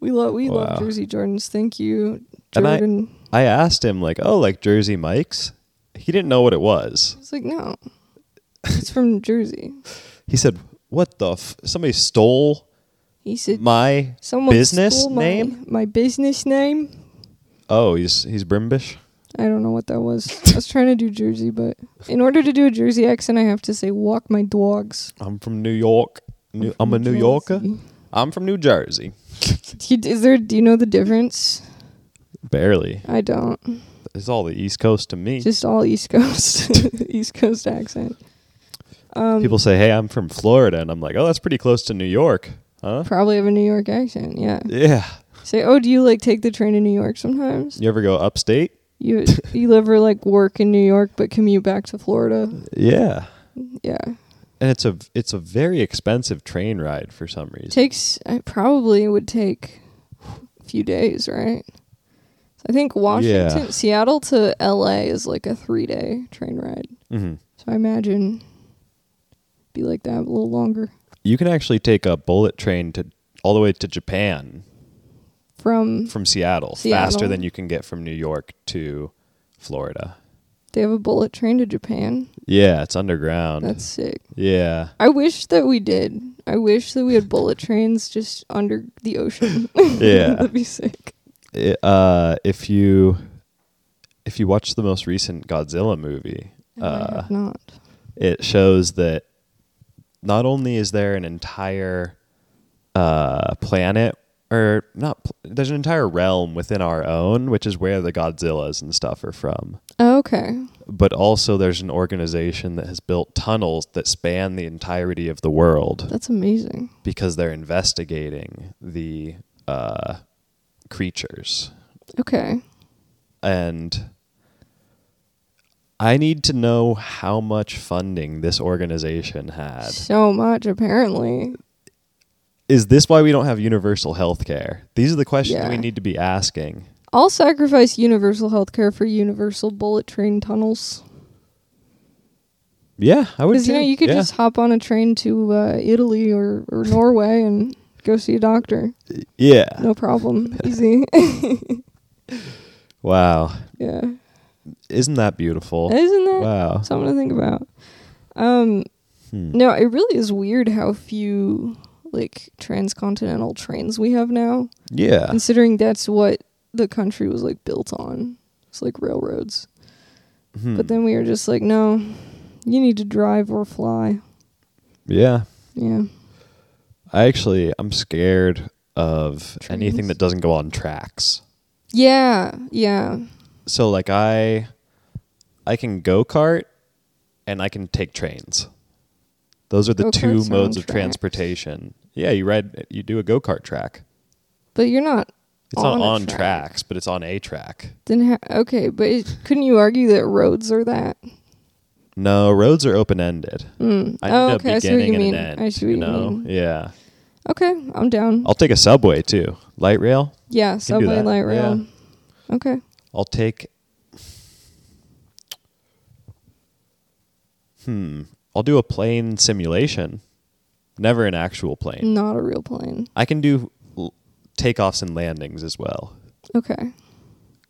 A: we love we
B: Wow.
A: love Jersey Jordans. Thank you,
B: And I-
A: Jordan.
B: I asked him like, "Oh, like Jersey Mike's?" He didn't know what it was.
A: It's like no, it's from Jersey.
B: He said, "What the f- somebody stole
A: He said
B: my
A: someone
B: business
A: stole my-
B: name?"
A: My business name.
B: Oh, he's he's Brimbish.
A: I don't know what that was. I was trying to do Jersey, but in order to do a Jersey accent, I have to say "walk my dogs."
B: I'm from New York. New, I'm, a New Yorker. I'm from New Jersey.
A: Do you- Is there? Do you know the difference?
B: Barely.
A: I don't.
B: It's all the East Coast to me.
A: Just all East Coast, East Coast accent. Um,
B: People say, "Hey, I'm from Florida," and I'm like, "Oh, that's pretty close to New York, huh?"
A: probably have a New York accent. Yeah.
B: Yeah.
A: Say, oh, do you like take the train to New York sometimes?
B: You ever go upstate?
A: You you live or like work in New York, but commute back to Florida.
B: Yeah.
A: Yeah.
B: and it's a it's a very expensive train ride for some reason.
A: Takes I probably would take a few days, right? I think Washington,
B: Yeah.
A: Seattle to LA is like a three day train ride.
B: hmm
A: So I imagine be like that a little longer
B: You can actually take a bullet train to all the way to Japan
A: from.
B: from Seattle, faster
A: Seattle.
B: than you can get from New York to Florida.
A: They have a bullet train to Japan.
B: Yeah, it's underground.
A: That's sick.
B: yeah.
A: I wish that we did. I wish that we had bullet trains just under the ocean.
B: Yeah.
A: That'd be sick.
B: It, uh, if you if you watch the most recent Godzilla movie,
A: I might
B: uh,
A: have not.
B: it shows that not only is there an entire uh, planet or not pl- there's an entire realm within our own which is where the godzillas and stuff are from
A: Oh, okay.
B: but also there's an organization that has built tunnels that span the entirety of the world
A: That's amazing.
B: because they're investigating the uh, creatures
A: Okay.
B: and I need to know how much funding this organization had.
A: So much, apparently.
B: Is this why we don't have universal health care? These are the questions
A: Yeah.
B: we need to be asking.
A: I'll sacrifice universal healthcare for universal bullet train tunnels.
B: Yeah, I would.
A: Because, you know,
B: Oh, too.
A: you could
B: Yeah.
A: just hop on a train to uh, Italy or, or Norway and go see a doctor.
B: yeah.
A: No problem. Easy.
B: Wow,
A: yeah.
B: isn't that beautiful?
A: Isn't that
B: Wow.
A: something to think about? Um,
B: Hmm.
A: No, it really is weird how few like transcontinental trains we have now,
B: Yeah.
A: considering that's what the country was like built on. It's like railroads.
B: Hmm.
A: But then we were just like, no, you need to drive or fly.
B: Yeah.
A: Yeah.
B: I actually I'm scared of anything
A: Trains?
B: that doesn't go on tracks.
A: Yeah. Yeah.
B: So like I I can go kart and I can take trains. Those are the
A: Go-karts
B: two
A: are
B: modes
A: on
B: of
A: tracks.
B: transportation. Yeah, you ride you do a go-kart track.
A: But you're not.
B: It's not
A: a
B: on
A: track.
B: tracks, but it's on a track.
A: Then ha- okay, but it, couldn't you argue that roads are that?
B: No, roads are open-ended.
A: Mm.
B: I need
A: oh,
B: a
A: okay. I see what
B: beginning
A: you
B: and
A: mean.
B: an end.
A: I see what you,
B: know?
A: mean.
B: Yeah.
A: Okay, I'm down.
B: I'll take a subway too. Light rail?
A: yeah,
B: can do
A: subway,
B: that.
A: light rail. Okay.
B: I'll take Hmm. I'll do a plane simulation. Never an actual plane.
A: Not a real plane.
B: I can do l- takeoffs and landings as well.
A: Okay.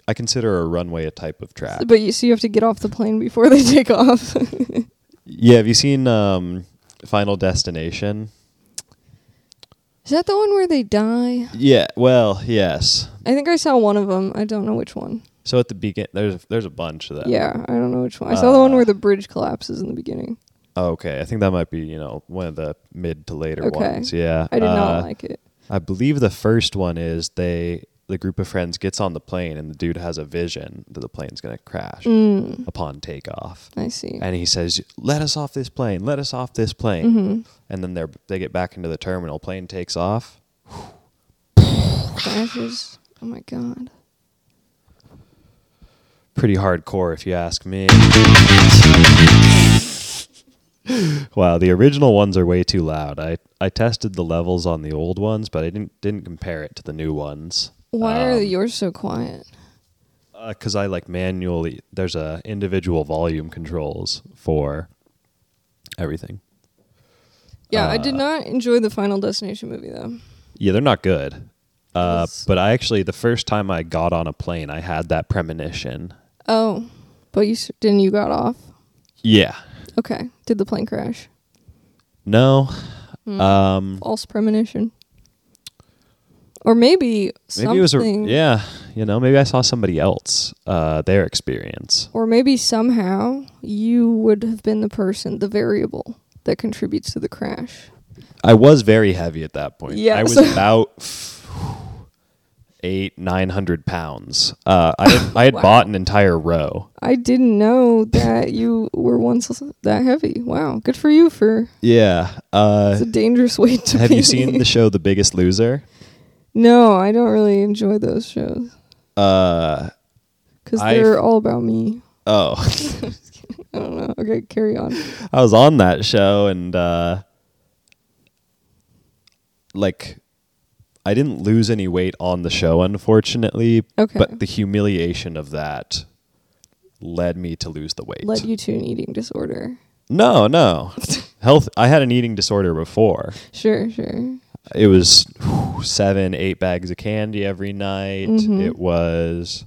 B: I consider a runway a type of track.
A: But you, so you have to get off the plane before they take off.
B: yeah, have you seen um, Final Destination?
A: Is that the one where they die?
B: Yeah. Well, yes.
A: I think I saw one of them. I don't know which one.
B: So at the begin, there's there's a bunch of them.
A: Yeah, I don't know which one. I saw the one
B: Uh,
A: where the bridge collapses in the beginning.
B: Oh, Okay, I think that might be you know one of the mid to later
A: Okay.
B: ones. Yeah.
A: I did
B: uh,
A: not like it.
B: I believe the first one is they the group of friends gets on the plane and the dude has a vision that the plane's gonna crash
A: Mm,
B: upon takeoff.
A: I see.
B: and he says, "Let us off this plane! Let us off this plane!"
A: Mhm.
B: And then they they get back into the terminal. Plane takes off.
A: Crashes. Oh my god.
B: Pretty hardcore, if you ask me. wow, the original ones are way too loud. I I tested the levels on the old ones, but I didn't didn't compare it to the new ones.
A: Why
B: Um,
A: are yours so quiet?
B: because I like manually. There's a individual volume controls for everything.
A: Yeah, I
B: uh,
A: did not enjoy the Final Destination movie though.
B: Yeah, they're not good. Uh,
A: Yes.
B: but I actually, the first time I got on a plane, I had that premonition.
A: Oh, but you s- didn't. You got off.
B: Yeah.
A: Okay. Did the plane crash?
B: No.
A: Hmm.
B: Um,
A: False premonition. Or maybe something.
B: maybe it was a yeah. You know, maybe I saw somebody else. Uh, their experience.
A: Or maybe somehow you would have been the person, the variable that contributes to the crash.
B: I was very heavy at that point.
A: Yeah,
B: I was
A: so-
B: about eight nine hundred pounds. Uh, I had, I had bought an entire row.
A: I didn't know that you were once that heavy. Wow, good for you for
B: Yeah. Uh,
A: it's a dangerous way to
B: have
A: be.
B: you seen the show The Biggest Loser?
A: No, I don't really enjoy those shows
B: Uh,
A: because
B: I've-
A: they're all about me.
B: Oh.
A: I don't know. Okay, carry on.
B: I was on that show and uh like I didn't lose any weight on the show unfortunately,
A: Okay.
B: but the humiliation of that led me to lose the weight.
A: Led you to an eating disorder.
B: no, no. Health I had an eating disorder before.
A: Sure, sure.
B: It was whew, 7 8 bags of candy every night.
A: Mhm.
B: It was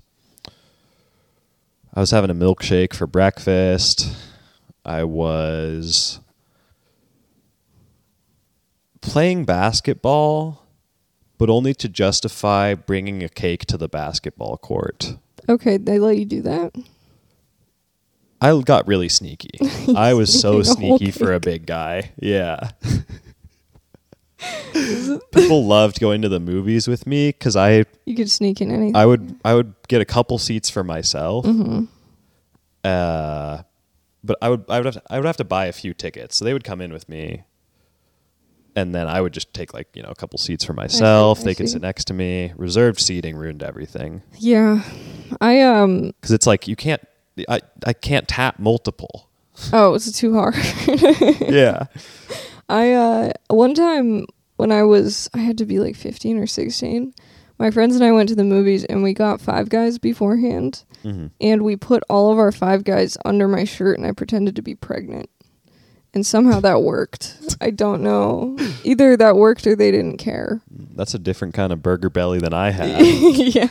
B: I was having a milkshake for breakfast. I was playing basketball, but only to justify bringing a cake to the basketball court.
A: Okay, they let you do that.
B: I got really sneaky. I was so
A: Sneaking a whole
B: sneaky for a big guy. Yeah. People loved going to the movies with me because I
A: You could sneak in anything.
B: I would I would get a couple seats for myself.
A: Mm-hmm.
B: Uh, but I would I would have to, I would have to buy a few tickets, so they would come in with me, and then I would just take like you know a couple seats for myself.
A: I
B: they could
A: see.
B: sit next to me. Reserved seating ruined everything
A: yeah, I um.
B: because it's like you can't I I can't tap multiple.
A: Oh, it's too hard.
B: yeah.
A: I uh one time when I was I had to be like 15 or 16. My friends and I went to the movies and we got Five Guys beforehand
B: Mhm.
A: and we put all of our Five Guys under my shirt and I pretended to be pregnant. And somehow that worked. I don't know. Either that worked or they didn't care.
B: That's a different kind of burger belly than I had.
A: yeah.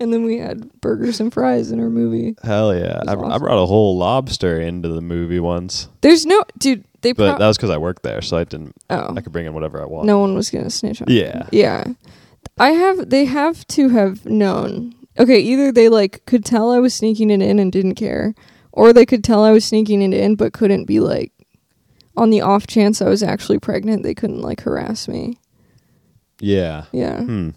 A: And then we had burgers and fries in our movie.
B: Hell yeah! I,
A: That's
B: I
A: awesome.
B: brought a whole lobster into the movie once,
A: There's no dude, they
B: but
A: pro-
B: that was because I worked there, so I didn't.
A: Oh.
B: I could bring in whatever I want.
A: no one was gonna snitch on
B: Yeah.
A: them. yeah i have they have to have known okay either they like could tell i was sneaking it in and didn't care or they could tell i was sneaking it in but couldn't be like on the off chance i was actually pregnant they couldn't like harass me
B: Yeah.
A: yeah
B: Hmm.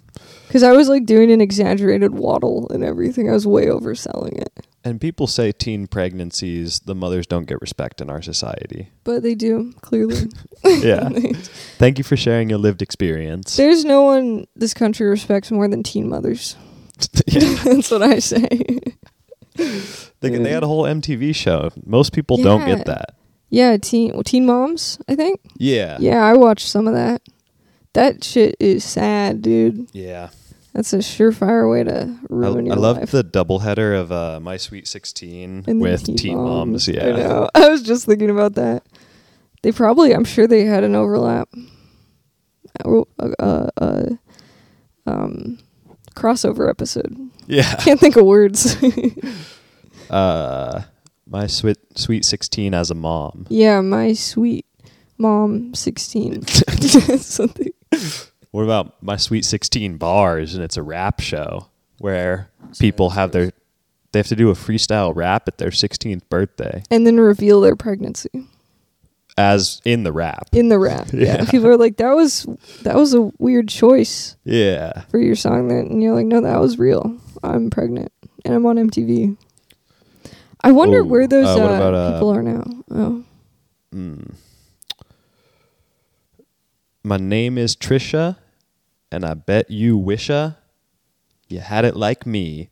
A: because i was like doing an exaggerated waddle and everything i was way overselling it
B: And people say teen pregnancies, the mothers don't get respect in our society.
A: but they do clearly
B: Yeah. Thank you for sharing your lived experience.
A: there's no one this country respects more than teen mothers
B: Yeah.
A: that's what i say
B: they, they had a whole MTV show. Most people don't
A: Yeah.
B: get that.
A: yeah teen teen moms i think
B: Yeah.
A: Yeah, I watched some of that. That shit is sad, dude.
B: Yeah.
A: That's a surefire way to
B: I, I
A: ruin your
B: love
A: life.
B: the doubleheader of uh, My Sweet
A: And
B: 16
A: the
B: with Teen, Moms.
A: I
B: Yeah.
A: know. I was just thinking about that. They probably, I'm sure they had an overlap. Uh, uh, uh, um, crossover episode.
B: Yeah.
A: Can't think of words.
B: Uh, my sweet, sweet 16 as a mom.
A: yeah, my sweet mom, 16. Something.
B: What about My Sweet 16 Bars? And it's a rap show where people have their, they have to do a freestyle rap at their 16th birthday.
A: And then reveal their pregnancy.
B: as in the rap.
A: in the rap. Yeah.
B: Yeah.
A: People are like, that was that was a weird choice
B: yeah.
A: for your song that and you're like, no, that was real. I'm pregnant and I'm on MTV. I wonder
B: Oh,
A: where those
B: uh,
A: uh,
B: what about, uh,
A: people are now. Oh.
B: My name is Trisha, and I bet you wisha you had it like me,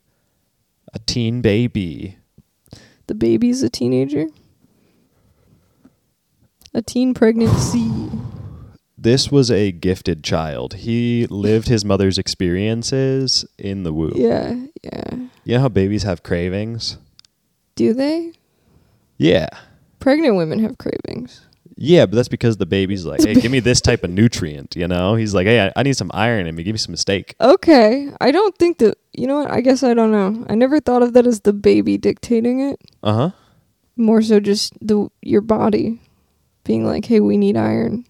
B: a teen baby.
A: The baby's a teenager. A teen pregnancy.
B: This was a gifted child. He lived his mother's experiences in the womb.
A: yeah, yeah.
B: You know how babies have cravings?
A: Do they?
B: Yeah.
A: Pregnant women have cravings.
B: Yeah, but that's because the baby's like, hey, give me this type of nutrient, you know? He's like, hey, I, I need some iron in me. Give me some steak.
A: Okay. I don't think that you know what, I guess I don't know. I never thought of that as the baby dictating it.
B: Uh huh.
A: more so just the your body being like, "Hey, we need iron."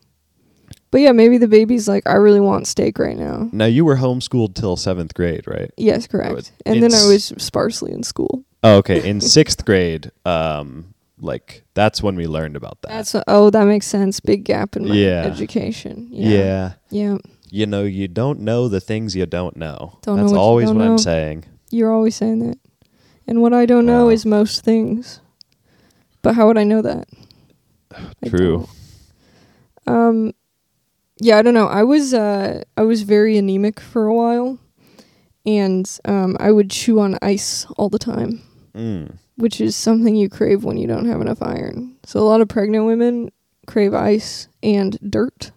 A: But yeah, maybe the baby's like, "I really want steak right now."
B: Now, you were homeschooled till seventh grade, right?
A: Yes, correct.
B: it's-
A: And then I
B: it's-
A: was sparsely in school.
B: Oh, okay. In sixth grade, um, like that's when we learned about that.
A: That's oh, that makes sense. Big gap in my
B: Yeah.
A: education.
B: yeah.
A: Yeah. Yeah.
B: You know, you don't know the things you don't know.
A: Don't know
B: that's
A: what you
B: always
A: don't
B: what
A: know.
B: I'm saying.
A: You're always saying that. And what I don't know
B: Wow.
A: is most things. But how would I know that? I
B: True.
A: don't. Um yeah, I don't know. I was uh I was very anemic for a while and um I would chew on ice all the time.
B: Mm.
A: which is something you crave when you don't have enough iron. So a lot of pregnant women crave ice and dirt.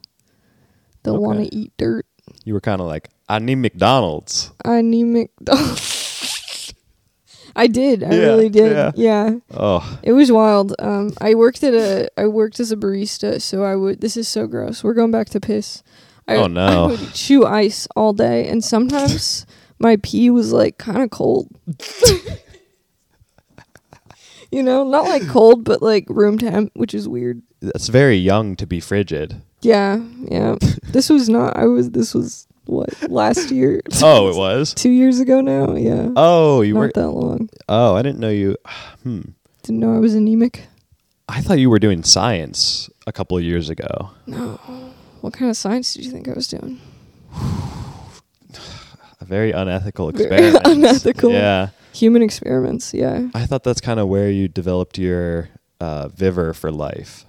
A: They'll want
B: Okay.
A: to eat dirt.
B: You were kind of like, I need McDonald's.
A: I need McDonald's. I did. I
B: Yeah,
A: really did.
B: yeah.
A: yeah.
B: Oh,
A: It was wild. Um, I worked at a I worked as a barista, so I would. This is so gross. We're going back to piss. I,
B: Oh,
A: I
B: no.
A: would chew ice all day, and sometimes my pee was like kind of cold. you know, not like cold, but like room temp, which is weird.
B: that's very young to be frigid.
A: Yeah, yeah. this was not. I was. This was what last year.
B: Oh, it was.
A: Two years ago now. Yeah.
B: Oh, you
A: not
B: were.
A: that long.
B: Oh, I didn't know you. Hmm.
A: Didn't know I was anemic.
B: I thought you were doing science a couple of years ago.
A: No. What kind of science did you think I was doing?
B: A very unethical
A: Very
B: experiment.
A: unethical.
B: Yeah.
A: Human experiments, yeah.
B: I thought that's kind of where you developed your uh, viver for life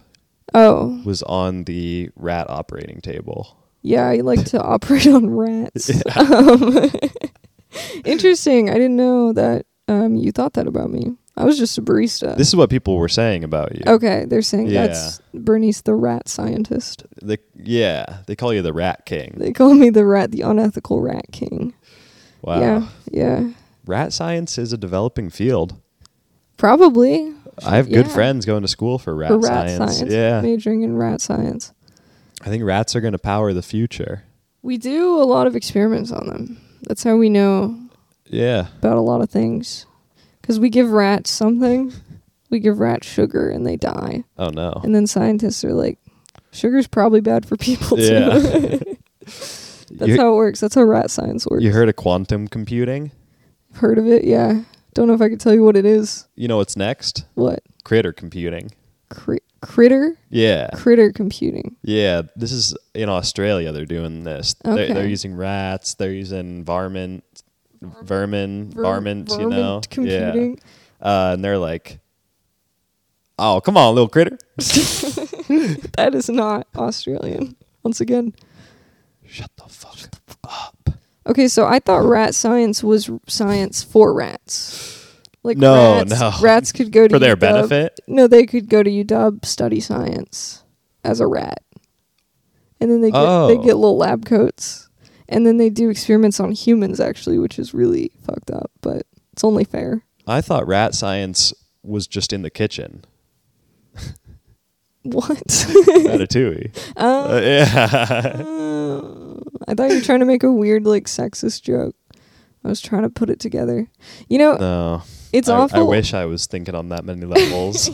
A: Oh,
B: was on the rat operating table.
A: yeah, I like to operate on rats. Um, interesting. I didn't know that um, you thought that about me. I was just a barista.
B: This is what people were saying about you.
A: okay, they're saying
B: Yeah.
A: that's Bernice the rat scientist.
B: They- yeah, they call you the rat king.
A: They call me the rat, the unethical rat king.
B: Wow.
A: Yeah, yeah.
B: Rat science is a developing field.
A: Probably
B: I have good
A: Yeah.
B: friends going to school for rat,
A: for rat science.
B: science. Yeah.
A: Majoring in rat science.
B: I think rats are going to power the future.
A: We do a lot of experiments on them. That's how we know
B: Yeah.
A: about a lot of things because we give rats something we give rats sugar and they die
B: Oh no.
A: and then scientists are like sugar's probably bad for people too
B: Yeah.
A: that's
B: you,
A: how it works that's how rat science works
B: you heard of quantum computing?
A: heard of it yeah don't know if i could tell you what it is
B: You know what's next?
A: what
B: Critter computing.
A: Cri- critter
B: Yeah.
A: critter computing
B: Yeah, this is in Australia. They're doing this. They're, they're
A: Okay.
B: using rats. They're using varmint, vermin,
A: Ver-
B: varmint. You
A: vermin
B: know,
A: computing
B: Yeah. Uh, and they're like, "Oh, come on, little critter,
A: that is not australian once again
B: shut the fuck." up.
A: Okay, so I thought rat science was r- science for rats. Like
B: No,
A: rats,
B: no.
A: rats could go to
B: For their
A: UW
B: benefit?
A: No, they could go to UW study science as a rat, and then they get they
B: Oh.
A: get little lab coats, and then they do experiments on humans actually, which is really fucked up, but it's only fair.
B: I thought rat science was just in the kitchen.
A: What?
B: Ratatouille.
A: Oh.
B: Uh, yeah.
A: Uh, I thought you were trying to make a weird like sexist joke. I was trying to put it together. You know,
B: No.
A: it's
B: I,
A: awful.
B: I wish I was thinking on that many levels.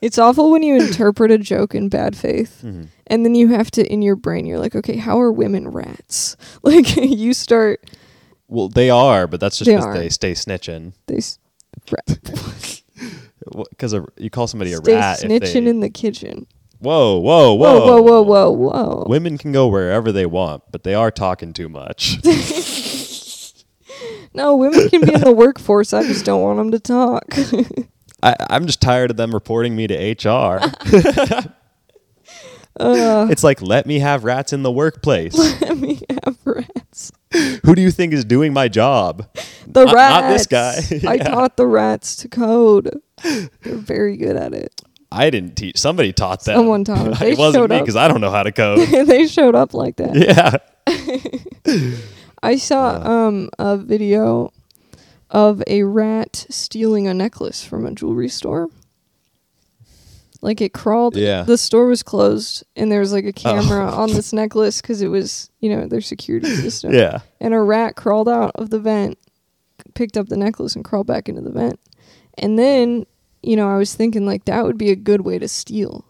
A: It's awful when you interpret a joke in bad faith,
B: Mm-hmm.
A: and then you have to in your brain. You're like, okay, how are women rats? Like you start
B: well, they are, but that's just
A: They
B: because
A: are.
B: they, stay snitching.
A: they s- ra-
B: Because you call somebody a
A: stay
B: rat. if
A: snitching
B: they,
A: in the kitchen.
B: Whoa, whoa, whoa,
A: Whoa, whoa, whoa, whoa, whoa!
B: Women can go wherever they want, but they are talking too much.
A: No, women can be in the workforce. I just don't want them to talk.
B: I, I'm just tired of them reporting me to HR. it's like, let me have rats in the workplace.
A: Let me have rats.
B: Who do you think is doing my job?
A: The
B: Not-
A: rats.
B: not this guy.
A: I taught the rats to code. They're very good at it.
B: I didn't teach. Somebody taught them.
A: Someone taught 'em. They
B: it wasn't
A: showed
B: me
A: up.
B: because I don't know how to code.
A: they showed up like that.
B: yeah.
A: I saw
B: Uh.
A: um a video of a rat stealing a necklace from a jewelry store. Like it crawled.
B: Yeah. Oh.
A: The store was closed, and there was like a camera on this necklace because it was, you know, their security system.
B: Yeah.
A: And a rat crawled out of the vent, picked up the necklace, and crawled back into the vent. And then, you know, I was thinking like that would be a good way to steal,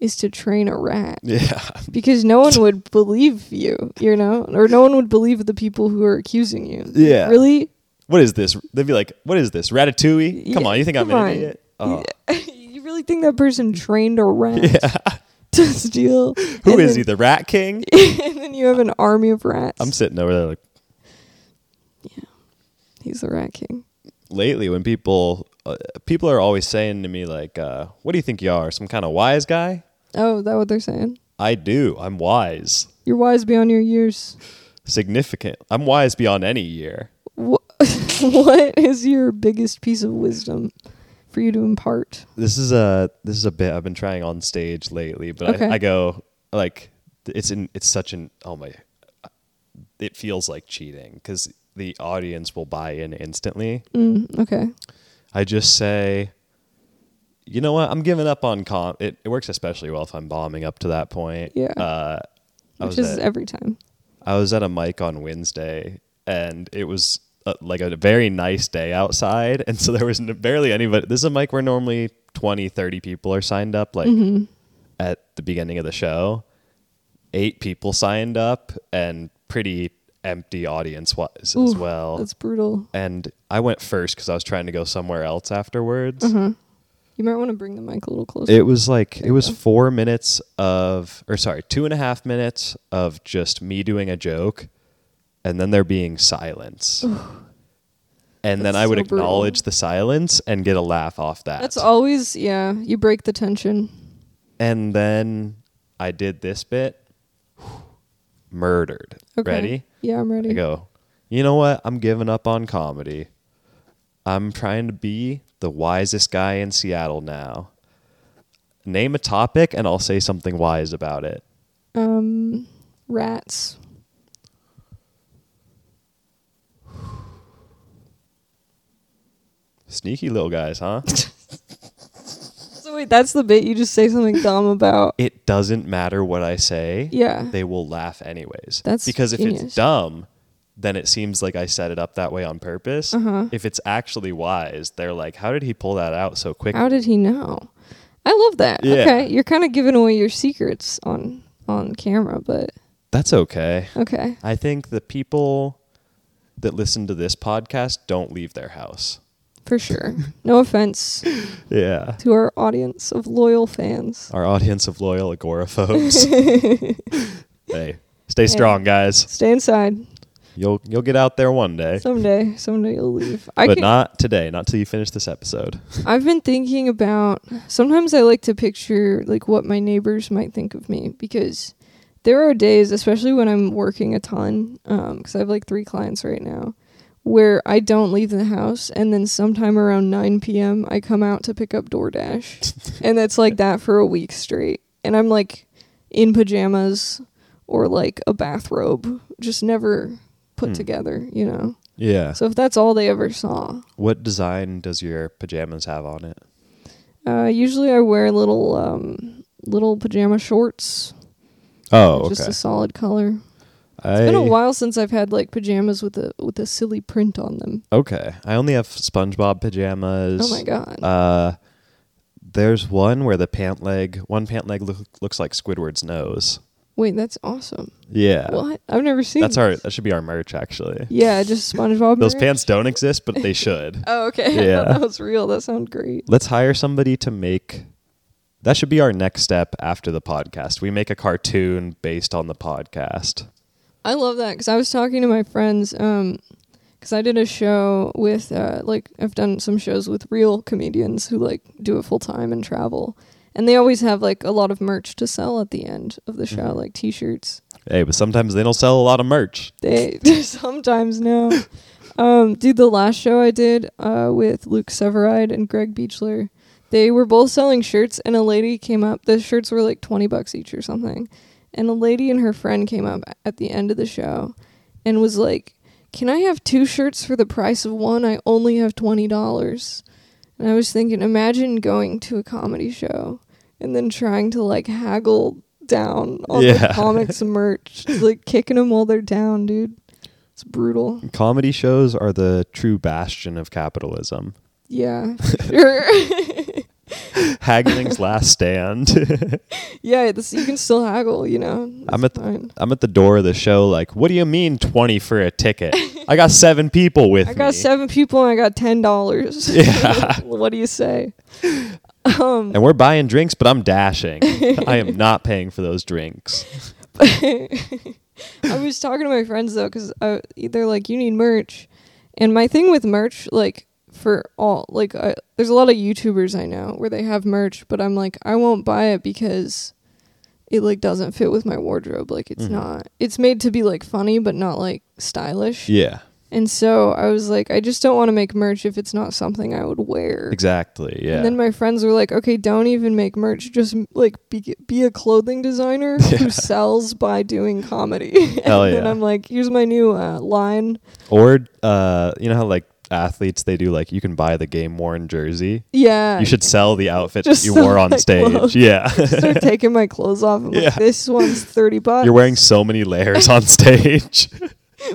A: is to train a rat
B: Yeah.
A: because no one would believe you, you know, or no one would believe the people who are accusing you.
B: Yeah.
A: Really?
B: What is this? They'd be like, what is this? Ratatouille? Come
A: Yeah,
B: on. You think I'm
A: come
B: an
A: on.
B: idiot? Oh,
A: You really think that person trained a rat to steal?
B: Who
A: and
B: is he?
A: then,
B: The rat king?
A: And then you have an army of rats.
B: I'm sitting over there like,
A: He's the rat king.
B: lately when people uh, people are always saying to me like uh, what do you think you are some kind of wise guy
A: Oh, is that what they're saying?
B: i do i'm wise
A: You're wise beyond your years.
B: significant i'm wise beyond any year
A: Wha- what is your biggest piece of wisdom for you to impart?
B: This is a this is a bit I've been trying on stage lately, but
A: Okay.
B: I, I go like it's in it's such an oh my it feels like cheating because the audience will buy in instantly.
A: Okay.
B: I just say, you know what? I'm giving up on com. It, it works especially well if I'm bombing up to that point.
A: Yeah.
B: Uh, I
A: Which
B: was
A: is
B: at,
A: every time.
B: I was at a mic on Wednesday, and it was uh like a very nice day outside, and so there was n- barely anybody. This is a mic where normally 20, 30 people are signed up, like
A: Mm-hmm.
B: at the beginning of the show. Eight people signed up, and pretty empty audience was as
A: Ooh,
B: well
A: That's brutal.
B: and I went first because I was trying to go somewhere else afterwards.
A: Mm-hmm. You might want to bring the mic a little closer.
B: It was like it was four minutes of, or sorry, two and a half minutes of just me doing a joke, and then there being silence, and then
A: That's
B: I would
A: so brutal.
B: acknowledge the silence and get a laugh off that.
A: That's always yeah. You break the tension.
B: And then I did this bit, murdered.
A: Okay.
B: Ready?
A: Yeah, I'm ready.
B: I go, you know what? I'm giving up on comedy. I'm trying to be the wisest guy in Seattle now. Name a topic and I'll say something wise about it.
A: Um, rats.
B: Sneaky little guys, huh?
A: So wait, that's the bit you just say something dumb about.
B: it doesn't matter what I say.
A: Yeah.
B: They will laugh anyways.
A: That's
B: because if
A: genius.
B: it's dumb, then it seems like I set it up that way on purpose.
A: Uh-huh.
B: If it's actually wise, they're like, how did he pull that out so quickly?
A: How did he know? I love that.
B: Yeah.
A: Okay, you're kind of giving away your secrets on on camera, but
B: That's okay.
A: okay.
B: I think the people that listen to this podcast don't leave their house.
A: For sure. No offense
B: Yeah.
A: to our audience of loyal fans.
B: Our audience of loyal agoraphobes. hey, stay strong, guys.
A: Stay inside.
B: You'll you'll get out there one day,
A: Someday, someday you'll leave. I
B: but
A: can,
B: not today. Not till you finish this episode.
A: I've been thinking about sometimes I like to picture like what my neighbors might think of me because there are days, especially when I'm working a ton, because I have like three clients right now, where I don't leave the house, and then sometime around 9 p.m. I come out to pick up DoorDash, and that's like that for a week straight, and I'm like in pajamas or like a bathrobe, just never put together, you know.
B: Yeah.
A: So if that's all they ever saw,
B: what design does your pajamas have on it?
A: Uh, usually I wear little um, little pajama shorts,
B: Oh,
A: just a solid color.
B: I,
A: It's been a while since I've had like pajamas with a with a silly print on them.
B: okay. I only have SpongeBob pajamas.
A: Oh my god!
B: Uh, there's one where the pant leg, one pant leg loo- looks like Squidward's nose.
A: Wait, that's awesome.
B: Yeah.
A: What? I've never seen.
B: That's our
A: this.
B: that should be our merch actually.
A: Yeah, just SpongeBob.
B: Those
A: merch?
B: pants don't exist, but they should.
A: Oh, okay. I thought
B: Yeah.
A: that was real. That sounds great.
B: Let's hire somebody to make that should be our next step after the podcast. We make a cartoon based on the podcast.
A: I love that because I was talking to my friends because I did a show with uh, like I've done some shows with real comedians who like do it full time and travel, and they always have like a lot of merch to sell at the end of the show, like T-shirts.
B: Hey, but sometimes they don't sell a lot of merch.
A: They sometimes no. Um, dude, the last show I did uh, with Luke Severide and Greg Beechler, they were both selling shirts, and a lady came up. The shirts were like twenty bucks each or something, and a lady and her friend came up at the end of the show, and was like, "Can I have two shirts for the price of one? I only have twenty dollars." And I was thinking, imagine going to a comedy show and then trying to like haggle down on the
B: Yeah.
A: comics merch, It's like kicking them while they're down, dude. It's brutal.
B: Comedy shows are the true bastion of capitalism.
A: Yeah, for sure.
B: Haggling's last stand.
A: yeah, this, you can still haggle, you know. It's
B: I'm at the-
A: fine.
B: I'm at the door of the show like, "What do you mean 20 for a ticket? I got 7 people with
A: I got
B: me."
A: seven people and I got ten dollars.
B: Yeah.
A: what do you say?
B: and we're buying drinks, but I'm dashing. I am not paying for those drinks.
A: I was talking to my friends though, because they're like, "You need merch," and my thing with merch, like for all, like I, there's a lot of YouTubers I know where they have merch, but I'm like, I won't buy it because it like doesn't
B: Mm-hmm.
A: fit with my wardrobe. Like it's not, it's made to be like funny, but not like stylish.
B: Yeah.
A: And so I was like, I just don't want to make merch if it's not something I would wear.
B: Exactly. Yeah.
A: And then my friends were like, "Okay, don't even make merch. Just like be be a clothing designer who sells by doing comedy." and
B: Hell
A: then
B: yeah.
A: I'm like, "Here's my new uh, line."
B: or uh, you know how like athletes they do like you can buy the game worn jersey.
A: Yeah.
B: You should sell the outfit
A: Just
B: you
A: sell
B: wore on
A: my
B: stage.
A: clothes.
B: Yeah.
A: start taking my clothes off. I'm
B: Yeah.
A: like, "This one's 30 bucks."
B: You're wearing so many layers on stage.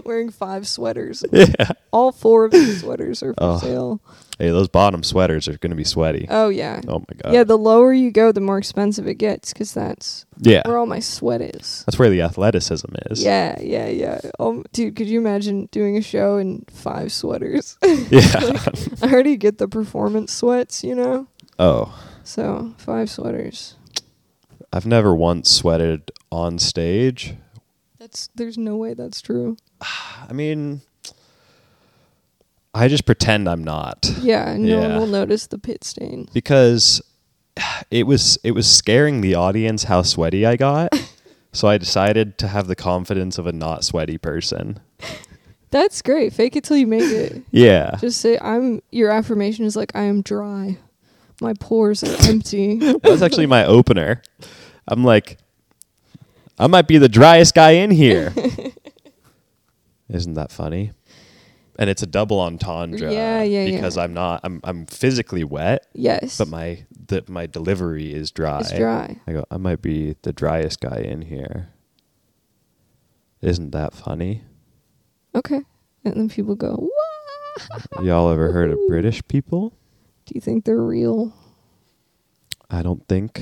A: wearing five sweaters.
B: yeah.
A: All four of these sweaters are for
B: Oh.
A: sale.
B: Hey, those bottom sweaters are going to be sweaty.
A: Oh yeah.
B: oh my god.
A: Yeah, the lower you go, the more expensive it gets because that's
B: Yeah.
A: where all my sweat is.
B: That's where the athleticism is.
A: Yeah, yeah, yeah. Um, dude, could you imagine doing a show in five sweaters?
B: Yeah.
A: I already get the performance sweats, you know?
B: oh,
A: So, five sweaters.
B: I've never once sweated on stage.
A: That's There's no way that's true.
B: I mean, I just pretend I'm not
A: Yeah, no one
B: Yeah.
A: will notice the pit stains.
B: because it was it was scaring the audience how sweaty I got. so I decided to have the confidence of a not sweaty person.
A: That's great. Fake it till you make it.
B: Yeah.
A: Just say, I'm, your affirmation is like, I am dry. My pores are empty.
B: That's actually my opener. I'm like, I might be the driest guy in here. Isn't that funny? And it's a double entendre.
A: Yeah, yeah, yeah.
B: Because I'm not, I'm, I'm physically wet,
A: Yes.
B: but my, the, my delivery is dry.
A: it's dry.
B: I go, I might be the driest guy in here. Isn't that funny?
A: Okay. And then people go, what?
B: Y'all ever heard of British people?
A: Do you think they're real?
B: I don't think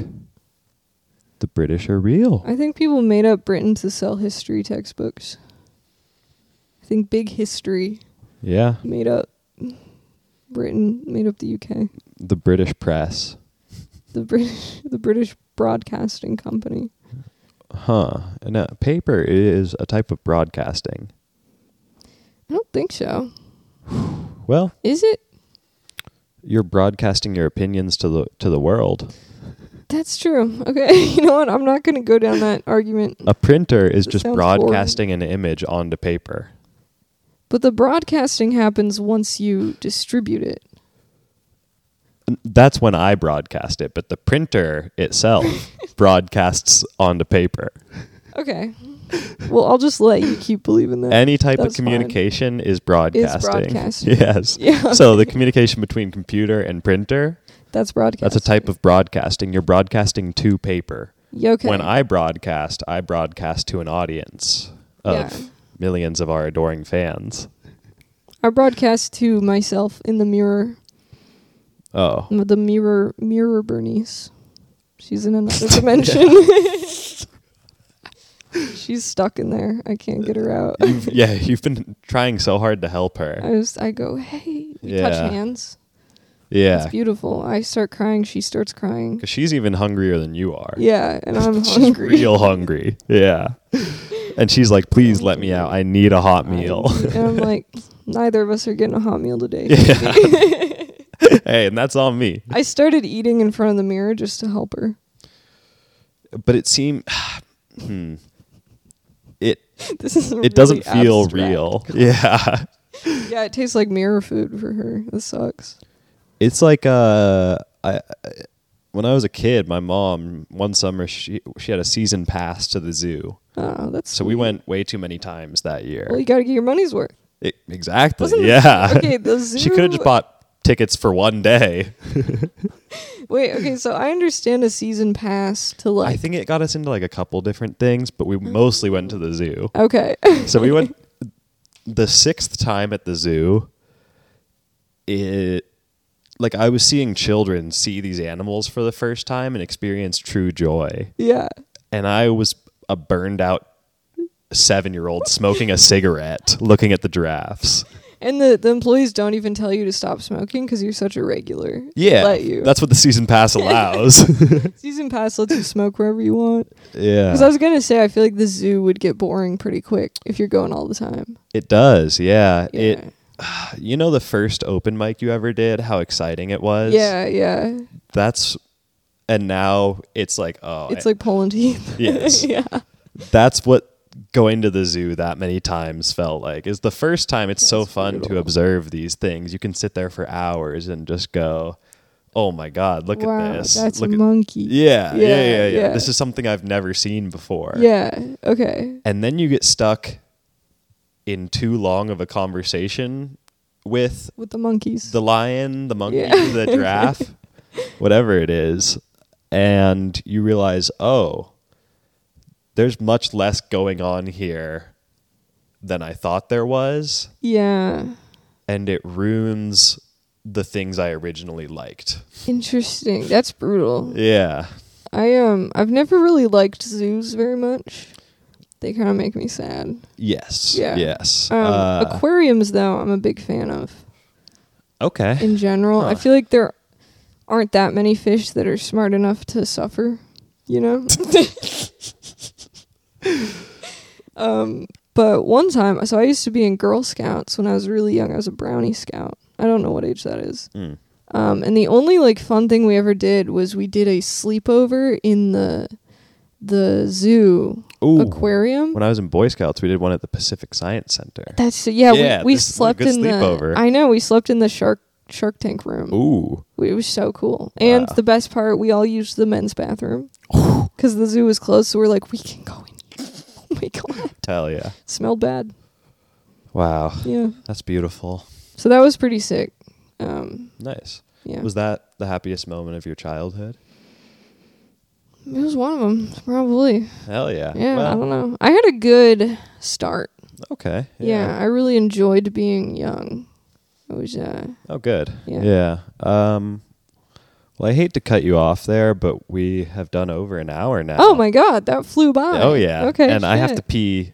B: the British are real.
A: I think people made up Britain to sell history textbooks. I think big history
B: yeah.
A: made up Britain, made up the UK,
B: The British press.
A: the British, the British Broadcasting Company.
B: Huh. No, paper is a type of broadcasting.
A: I don't think so.
B: Well,
A: Is it?
B: you're broadcasting your opinions to the to the world.
A: That's true. Okay, you know what? I'm not going to go down that argument.
B: A printer is
A: That
B: just
A: sounds
B: broadcasting an image onto paper.
A: But the broadcasting happens once you distribute it.
B: That's when I broadcast it, but the printer itself broadcasts onto paper.
A: Okay. Well, I'll just let you keep believing that.
B: Any type
A: That's
B: of
A: fine.
B: communication is broadcasting.
A: broadcasting.
B: Yes.
A: Yeah.
B: So the communication between computer and printer,
A: That's broadcasting.
B: that's a type of broadcasting. You're broadcasting to paper.
A: Yeah, Okay.
B: When I broadcast, I broadcast to an audience of
A: Yeah.
B: millions of our adoring fans.
A: I broadcast to myself in the mirror,
B: Oh,
A: the mirror, mirror Bernice. She's in another dimension. She's stuck in there. I can't get her out.
B: You've- yeah, you've been trying so hard to help
A: I
B: her.
A: was, I go, hey, we touch
B: Yeah.
A: hands.
B: Yeah,
A: It's beautiful. I start crying. She starts crying.
B: because she's even hungrier than you are.
A: Yeah, and I'm
B: she's
A: hungry.
B: real hungry. Yeah, and she's like, "Please let me out. I need a hot meal."
A: and I'm like, neither of us are getting a hot meal today.
B: hey, and that's on me.
A: I started eating in front of the mirror just to help her.
B: But it seemed, hmm, it
A: This is
B: it doesn't feel real. Yeah,
A: Yeah, it tastes like mirror food for her. This sucks.
B: it's like uh, I. When I was a kid, my mom one summer she she had a season pass to the zoo,
A: Oh, that's
B: so we went way too many times that year.
A: Well, you got to get your money's worth.
B: It- exactly.
A: Wasn't it-
B: yeah.
A: okay, the zoo.
B: she could have just bought tickets for one day.
A: Wait, okay, so I understand a season pass to like. Mm.
B: I think it got us into like a couple different things, but we mostly went to the zoo.
A: Okay.
B: So we went the sixth time at the zoo. It like I was seeing children see these animals for the first time and experience true joy,
A: yeah.
B: and I was a burned out seven-year-old smoking a cigarette, looking at the giraffes.
A: And the, the employees don't even tell you to stop smoking because you're such a regular. They
B: Yeah,
A: Let you.
B: that's what the season pass allows.
A: season pass lets you smoke wherever you want.
B: yeah,
A: Because I was going to say, I feel like the zoo would get boring pretty quick if you're going all the time.
B: It does, yeah.
A: Yeah.
B: It you know the first open mic you ever did, how exciting it was.
A: yeah, yeah.
B: That's and now it's like oh
A: It's
B: I-
A: like pulling teeth.
B: yes.
A: yeah.
B: That's what going to the zoo that many times felt like is the first time it's so
A: That's
B: fun to
A: brutal.
B: observe these things. You can sit there for hours and just go, "Oh my god, look
A: wow,
B: at this.
A: that's
B: look
A: a
B: at
A: monkey.
B: yeah, yeah, yeah,
A: Yeah,
B: yeah,
A: yeah.
B: This is something I've never seen before."
A: Yeah. Okay.
B: and then you get stuck in too long of a conversation with
A: With the monkeys.
B: the lion, the monkey,
A: Yeah.
B: the giraffe, whatever it is, and you realize, oh, there's much less going on here than I thought there was,
A: yeah.
B: and it ruins the things I originally liked.
A: Interesting. That's brutal.
B: Yeah.
A: I um I've never really liked zoos very much. They kind of make me sad. Um,
B: Yes.
A: Yeah. Um,
B: Yes. Uh,
A: aquariums though, I'm a big fan of.
B: okay.
A: in general. I
B: Huh.
A: feel like there aren't that many fish that are smart enough to suffer, you know? um, but one time, so I used to be in Girl Scouts when I was really young. I was a Brownie Scout. I don't know what age that is.
B: Mm.
A: Um, and the only like fun thing we ever did was we did a sleepover in the the zoo
B: Hmm. Ooh.
A: aquarium.
B: When I was in Boy Scouts, we did one at the Pacific Science Center.
A: That's yeah.
B: Yeah,
A: we we
B: this is a
A: slept
B: good
A: in the.
B: sleepover.
A: I know we slept in the shark shark tank room.
B: Ooh.
A: We- It was so cool. And
B: Wow.
A: the best part, we all used the men's bathroom because the zoo was closed. So we're like, we can go in. here." Oh my god,
B: Tell ya.
A: smelled bad.
B: Wow.
A: Yeah.
B: That's beautiful.
A: So that was pretty sick. Um,
B: Nice.
A: yeah,
B: Was that the happiest moment of your childhood?
A: it was one of them probably.
B: Hell yeah.
A: Yeah, I
B: Well,
A: don't know. I had a good start.
B: Okay.
A: Yeah. I really enjoyed being young. It was uh,
B: Oh, good.
A: Yeah.
B: Yeah. Um, well, I hate to cut you off there, but we have done over an hour now.
A: oh my god, that flew by.
B: Oh yeah.
A: Okay.
B: And I have to
A: shit.
B: pee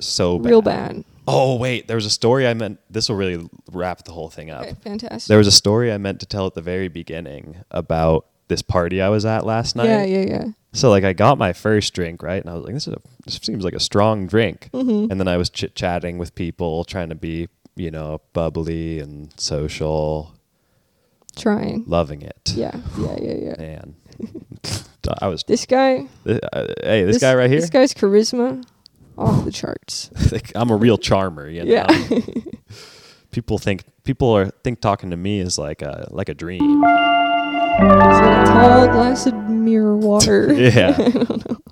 B: so bad.
A: real bad.
B: Oh wait, there was a story I meant. This will really wrap the whole thing up.
A: Okay, fantastic.
B: There was a story I meant to tell at the very beginning about this party I was at last night.
A: yeah, yeah, yeah.
B: So like I got my first drink right, and I was like, "This is a, this seems like a strong drink."
A: Mm-hmm.
B: And then I was chit chatting with people, trying to be you know bubbly and social,
A: Trying.
B: loving it.
A: Yeah, yeah, yeah, yeah.
B: man, I was.
A: This guy,
B: This, uh, hey, this, guy right here.
A: This guy's charisma off the charts.
B: Like, I'm a real charmer. You know?
A: Yeah.
B: people think people are think talking to me is like a like a dream.
A: It's like a tall glass of mirror water.
B: Yeah.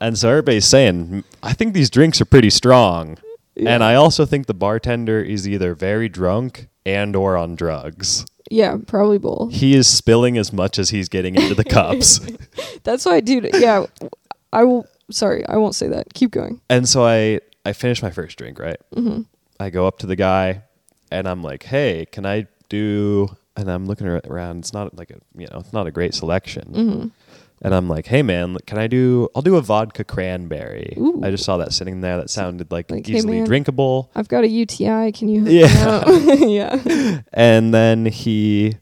B: and so everybody's saying, I think these drinks are pretty strong. And I also think the bartender is either very drunk and or on drugs.
A: Yeah, probably bowl.
B: He is spilling as much as he's getting into the cups.
A: That's why I do. it. Yeah, I will. Sorry, I won't say that. Keep going.
B: And so I I finish my first drink, right? Mm-hmm. I go up to the guy and I'm like, "Hey, can I do?" And I'm looking ar- around. It's not like a you know, it's not a great selection.
A: Mm-hmm.
B: And I'm like, "Hey, man, can I do? I'll do a vodka cranberry."
A: Ooh.
B: I just saw that sitting there. That sounded like,
A: Like, hey,
B: easily
A: man.
B: drinkable.
A: I've got a UTI. Can you?
B: Yeah.
A: yeah.
B: And then he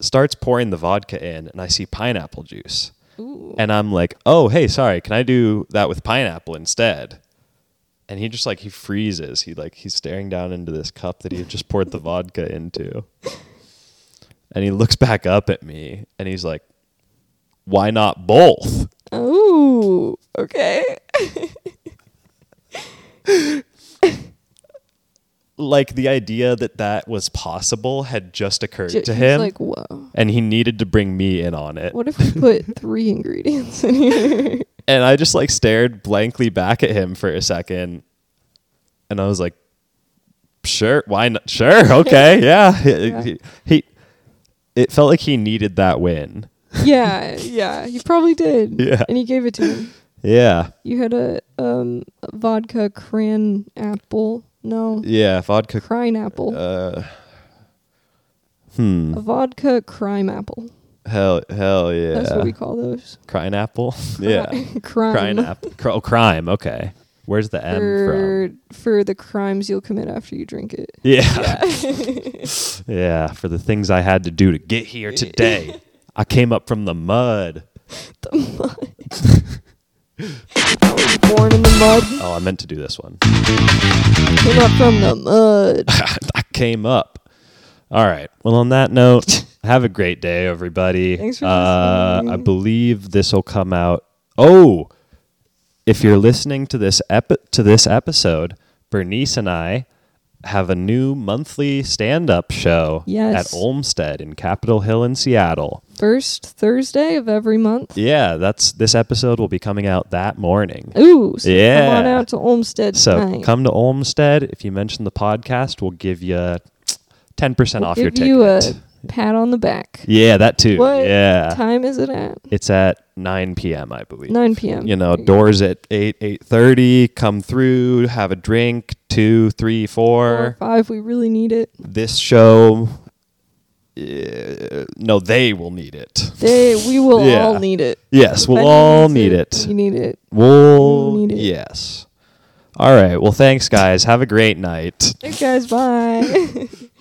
B: starts pouring the vodka in, and I see pineapple juice. And I'm like, oh, hey, sorry, can I do that with pineapple instead? And he just like, he freezes. He like, he's staring down into this cup that he had just poured the vodka into. And he looks back up at me and he's like, why not both?
A: Oh. Okay.
B: Like, the idea that that was possible had just occurred
A: J-
B: to
A: he's
B: him.
A: Like whoa.
B: and he needed to bring me in on it.
A: What if we put three ingredients in here?
B: And I just like stared blankly back at him for a second. And I was like, sure, why not? Sure, okay, yeah. He- He, he- it felt like he needed that win.
A: yeah, yeah. You probably did.
B: Yeah.
A: And you gave it to him.
B: Yeah,
A: You had a um vodka cran apple. No.
B: yeah, vodka.
A: Crime apple.
B: Uh, hmm.
A: a vodka crime apple.
B: Hell, hell yeah.
A: That's what we call those.
B: Crine apple? yeah.
A: crime.
B: Crine apple. Cr- oh, crime, okay. Where's the M from?
A: For, for the crimes you'll commit after you drink it.
B: Yeah. yeah, for the things I had to do to get here today. I came up from the mud.
A: Born in the mud.
B: Oh, I meant to do this one.
A: Came up from the mud.
B: I came up. All right. Well, on that note, have a great day, everybody.
A: Thanks for
B: uh, I
A: listening.
B: believe this will come out. Oh, if you're listening to this epi- to this episode, Bernice and I have a new monthly stand-up show
A: Yes.
B: at Olmsted in Capitol Hill in Seattle.
A: First Thursday of every month.
B: Yeah, that's this episode will be coming out that morning.
A: Ooh, so
B: Yeah.
A: come on out to Olmsted
B: So
A: tonight.
B: come to Olmsted. If you mention the podcast, we'll give you ten percent
A: We'll
B: off your
A: give
B: ticket.
A: you a pat on the back.
B: yeah, that too.
A: What
B: yeah,
A: time is it at?
B: it's at nine p.m. I believe.
A: 9 p.m.
B: You know,
A: There go.
B: doors at eight eight thirty. Come through, have a drink. Two, three,
A: Four
B: four.
A: or five. We really need it.
B: This show. uh, no, they will need it.
A: They, we will
B: Yeah.
A: all need it.
B: Yes,
A: If
B: we'll
A: anyone
B: all
A: needs
B: need it.
A: You need it.
B: We'll
A: need it.
B: yes. All right. Well, thanks, guys. Have a great night.
A: Hey guys, bye.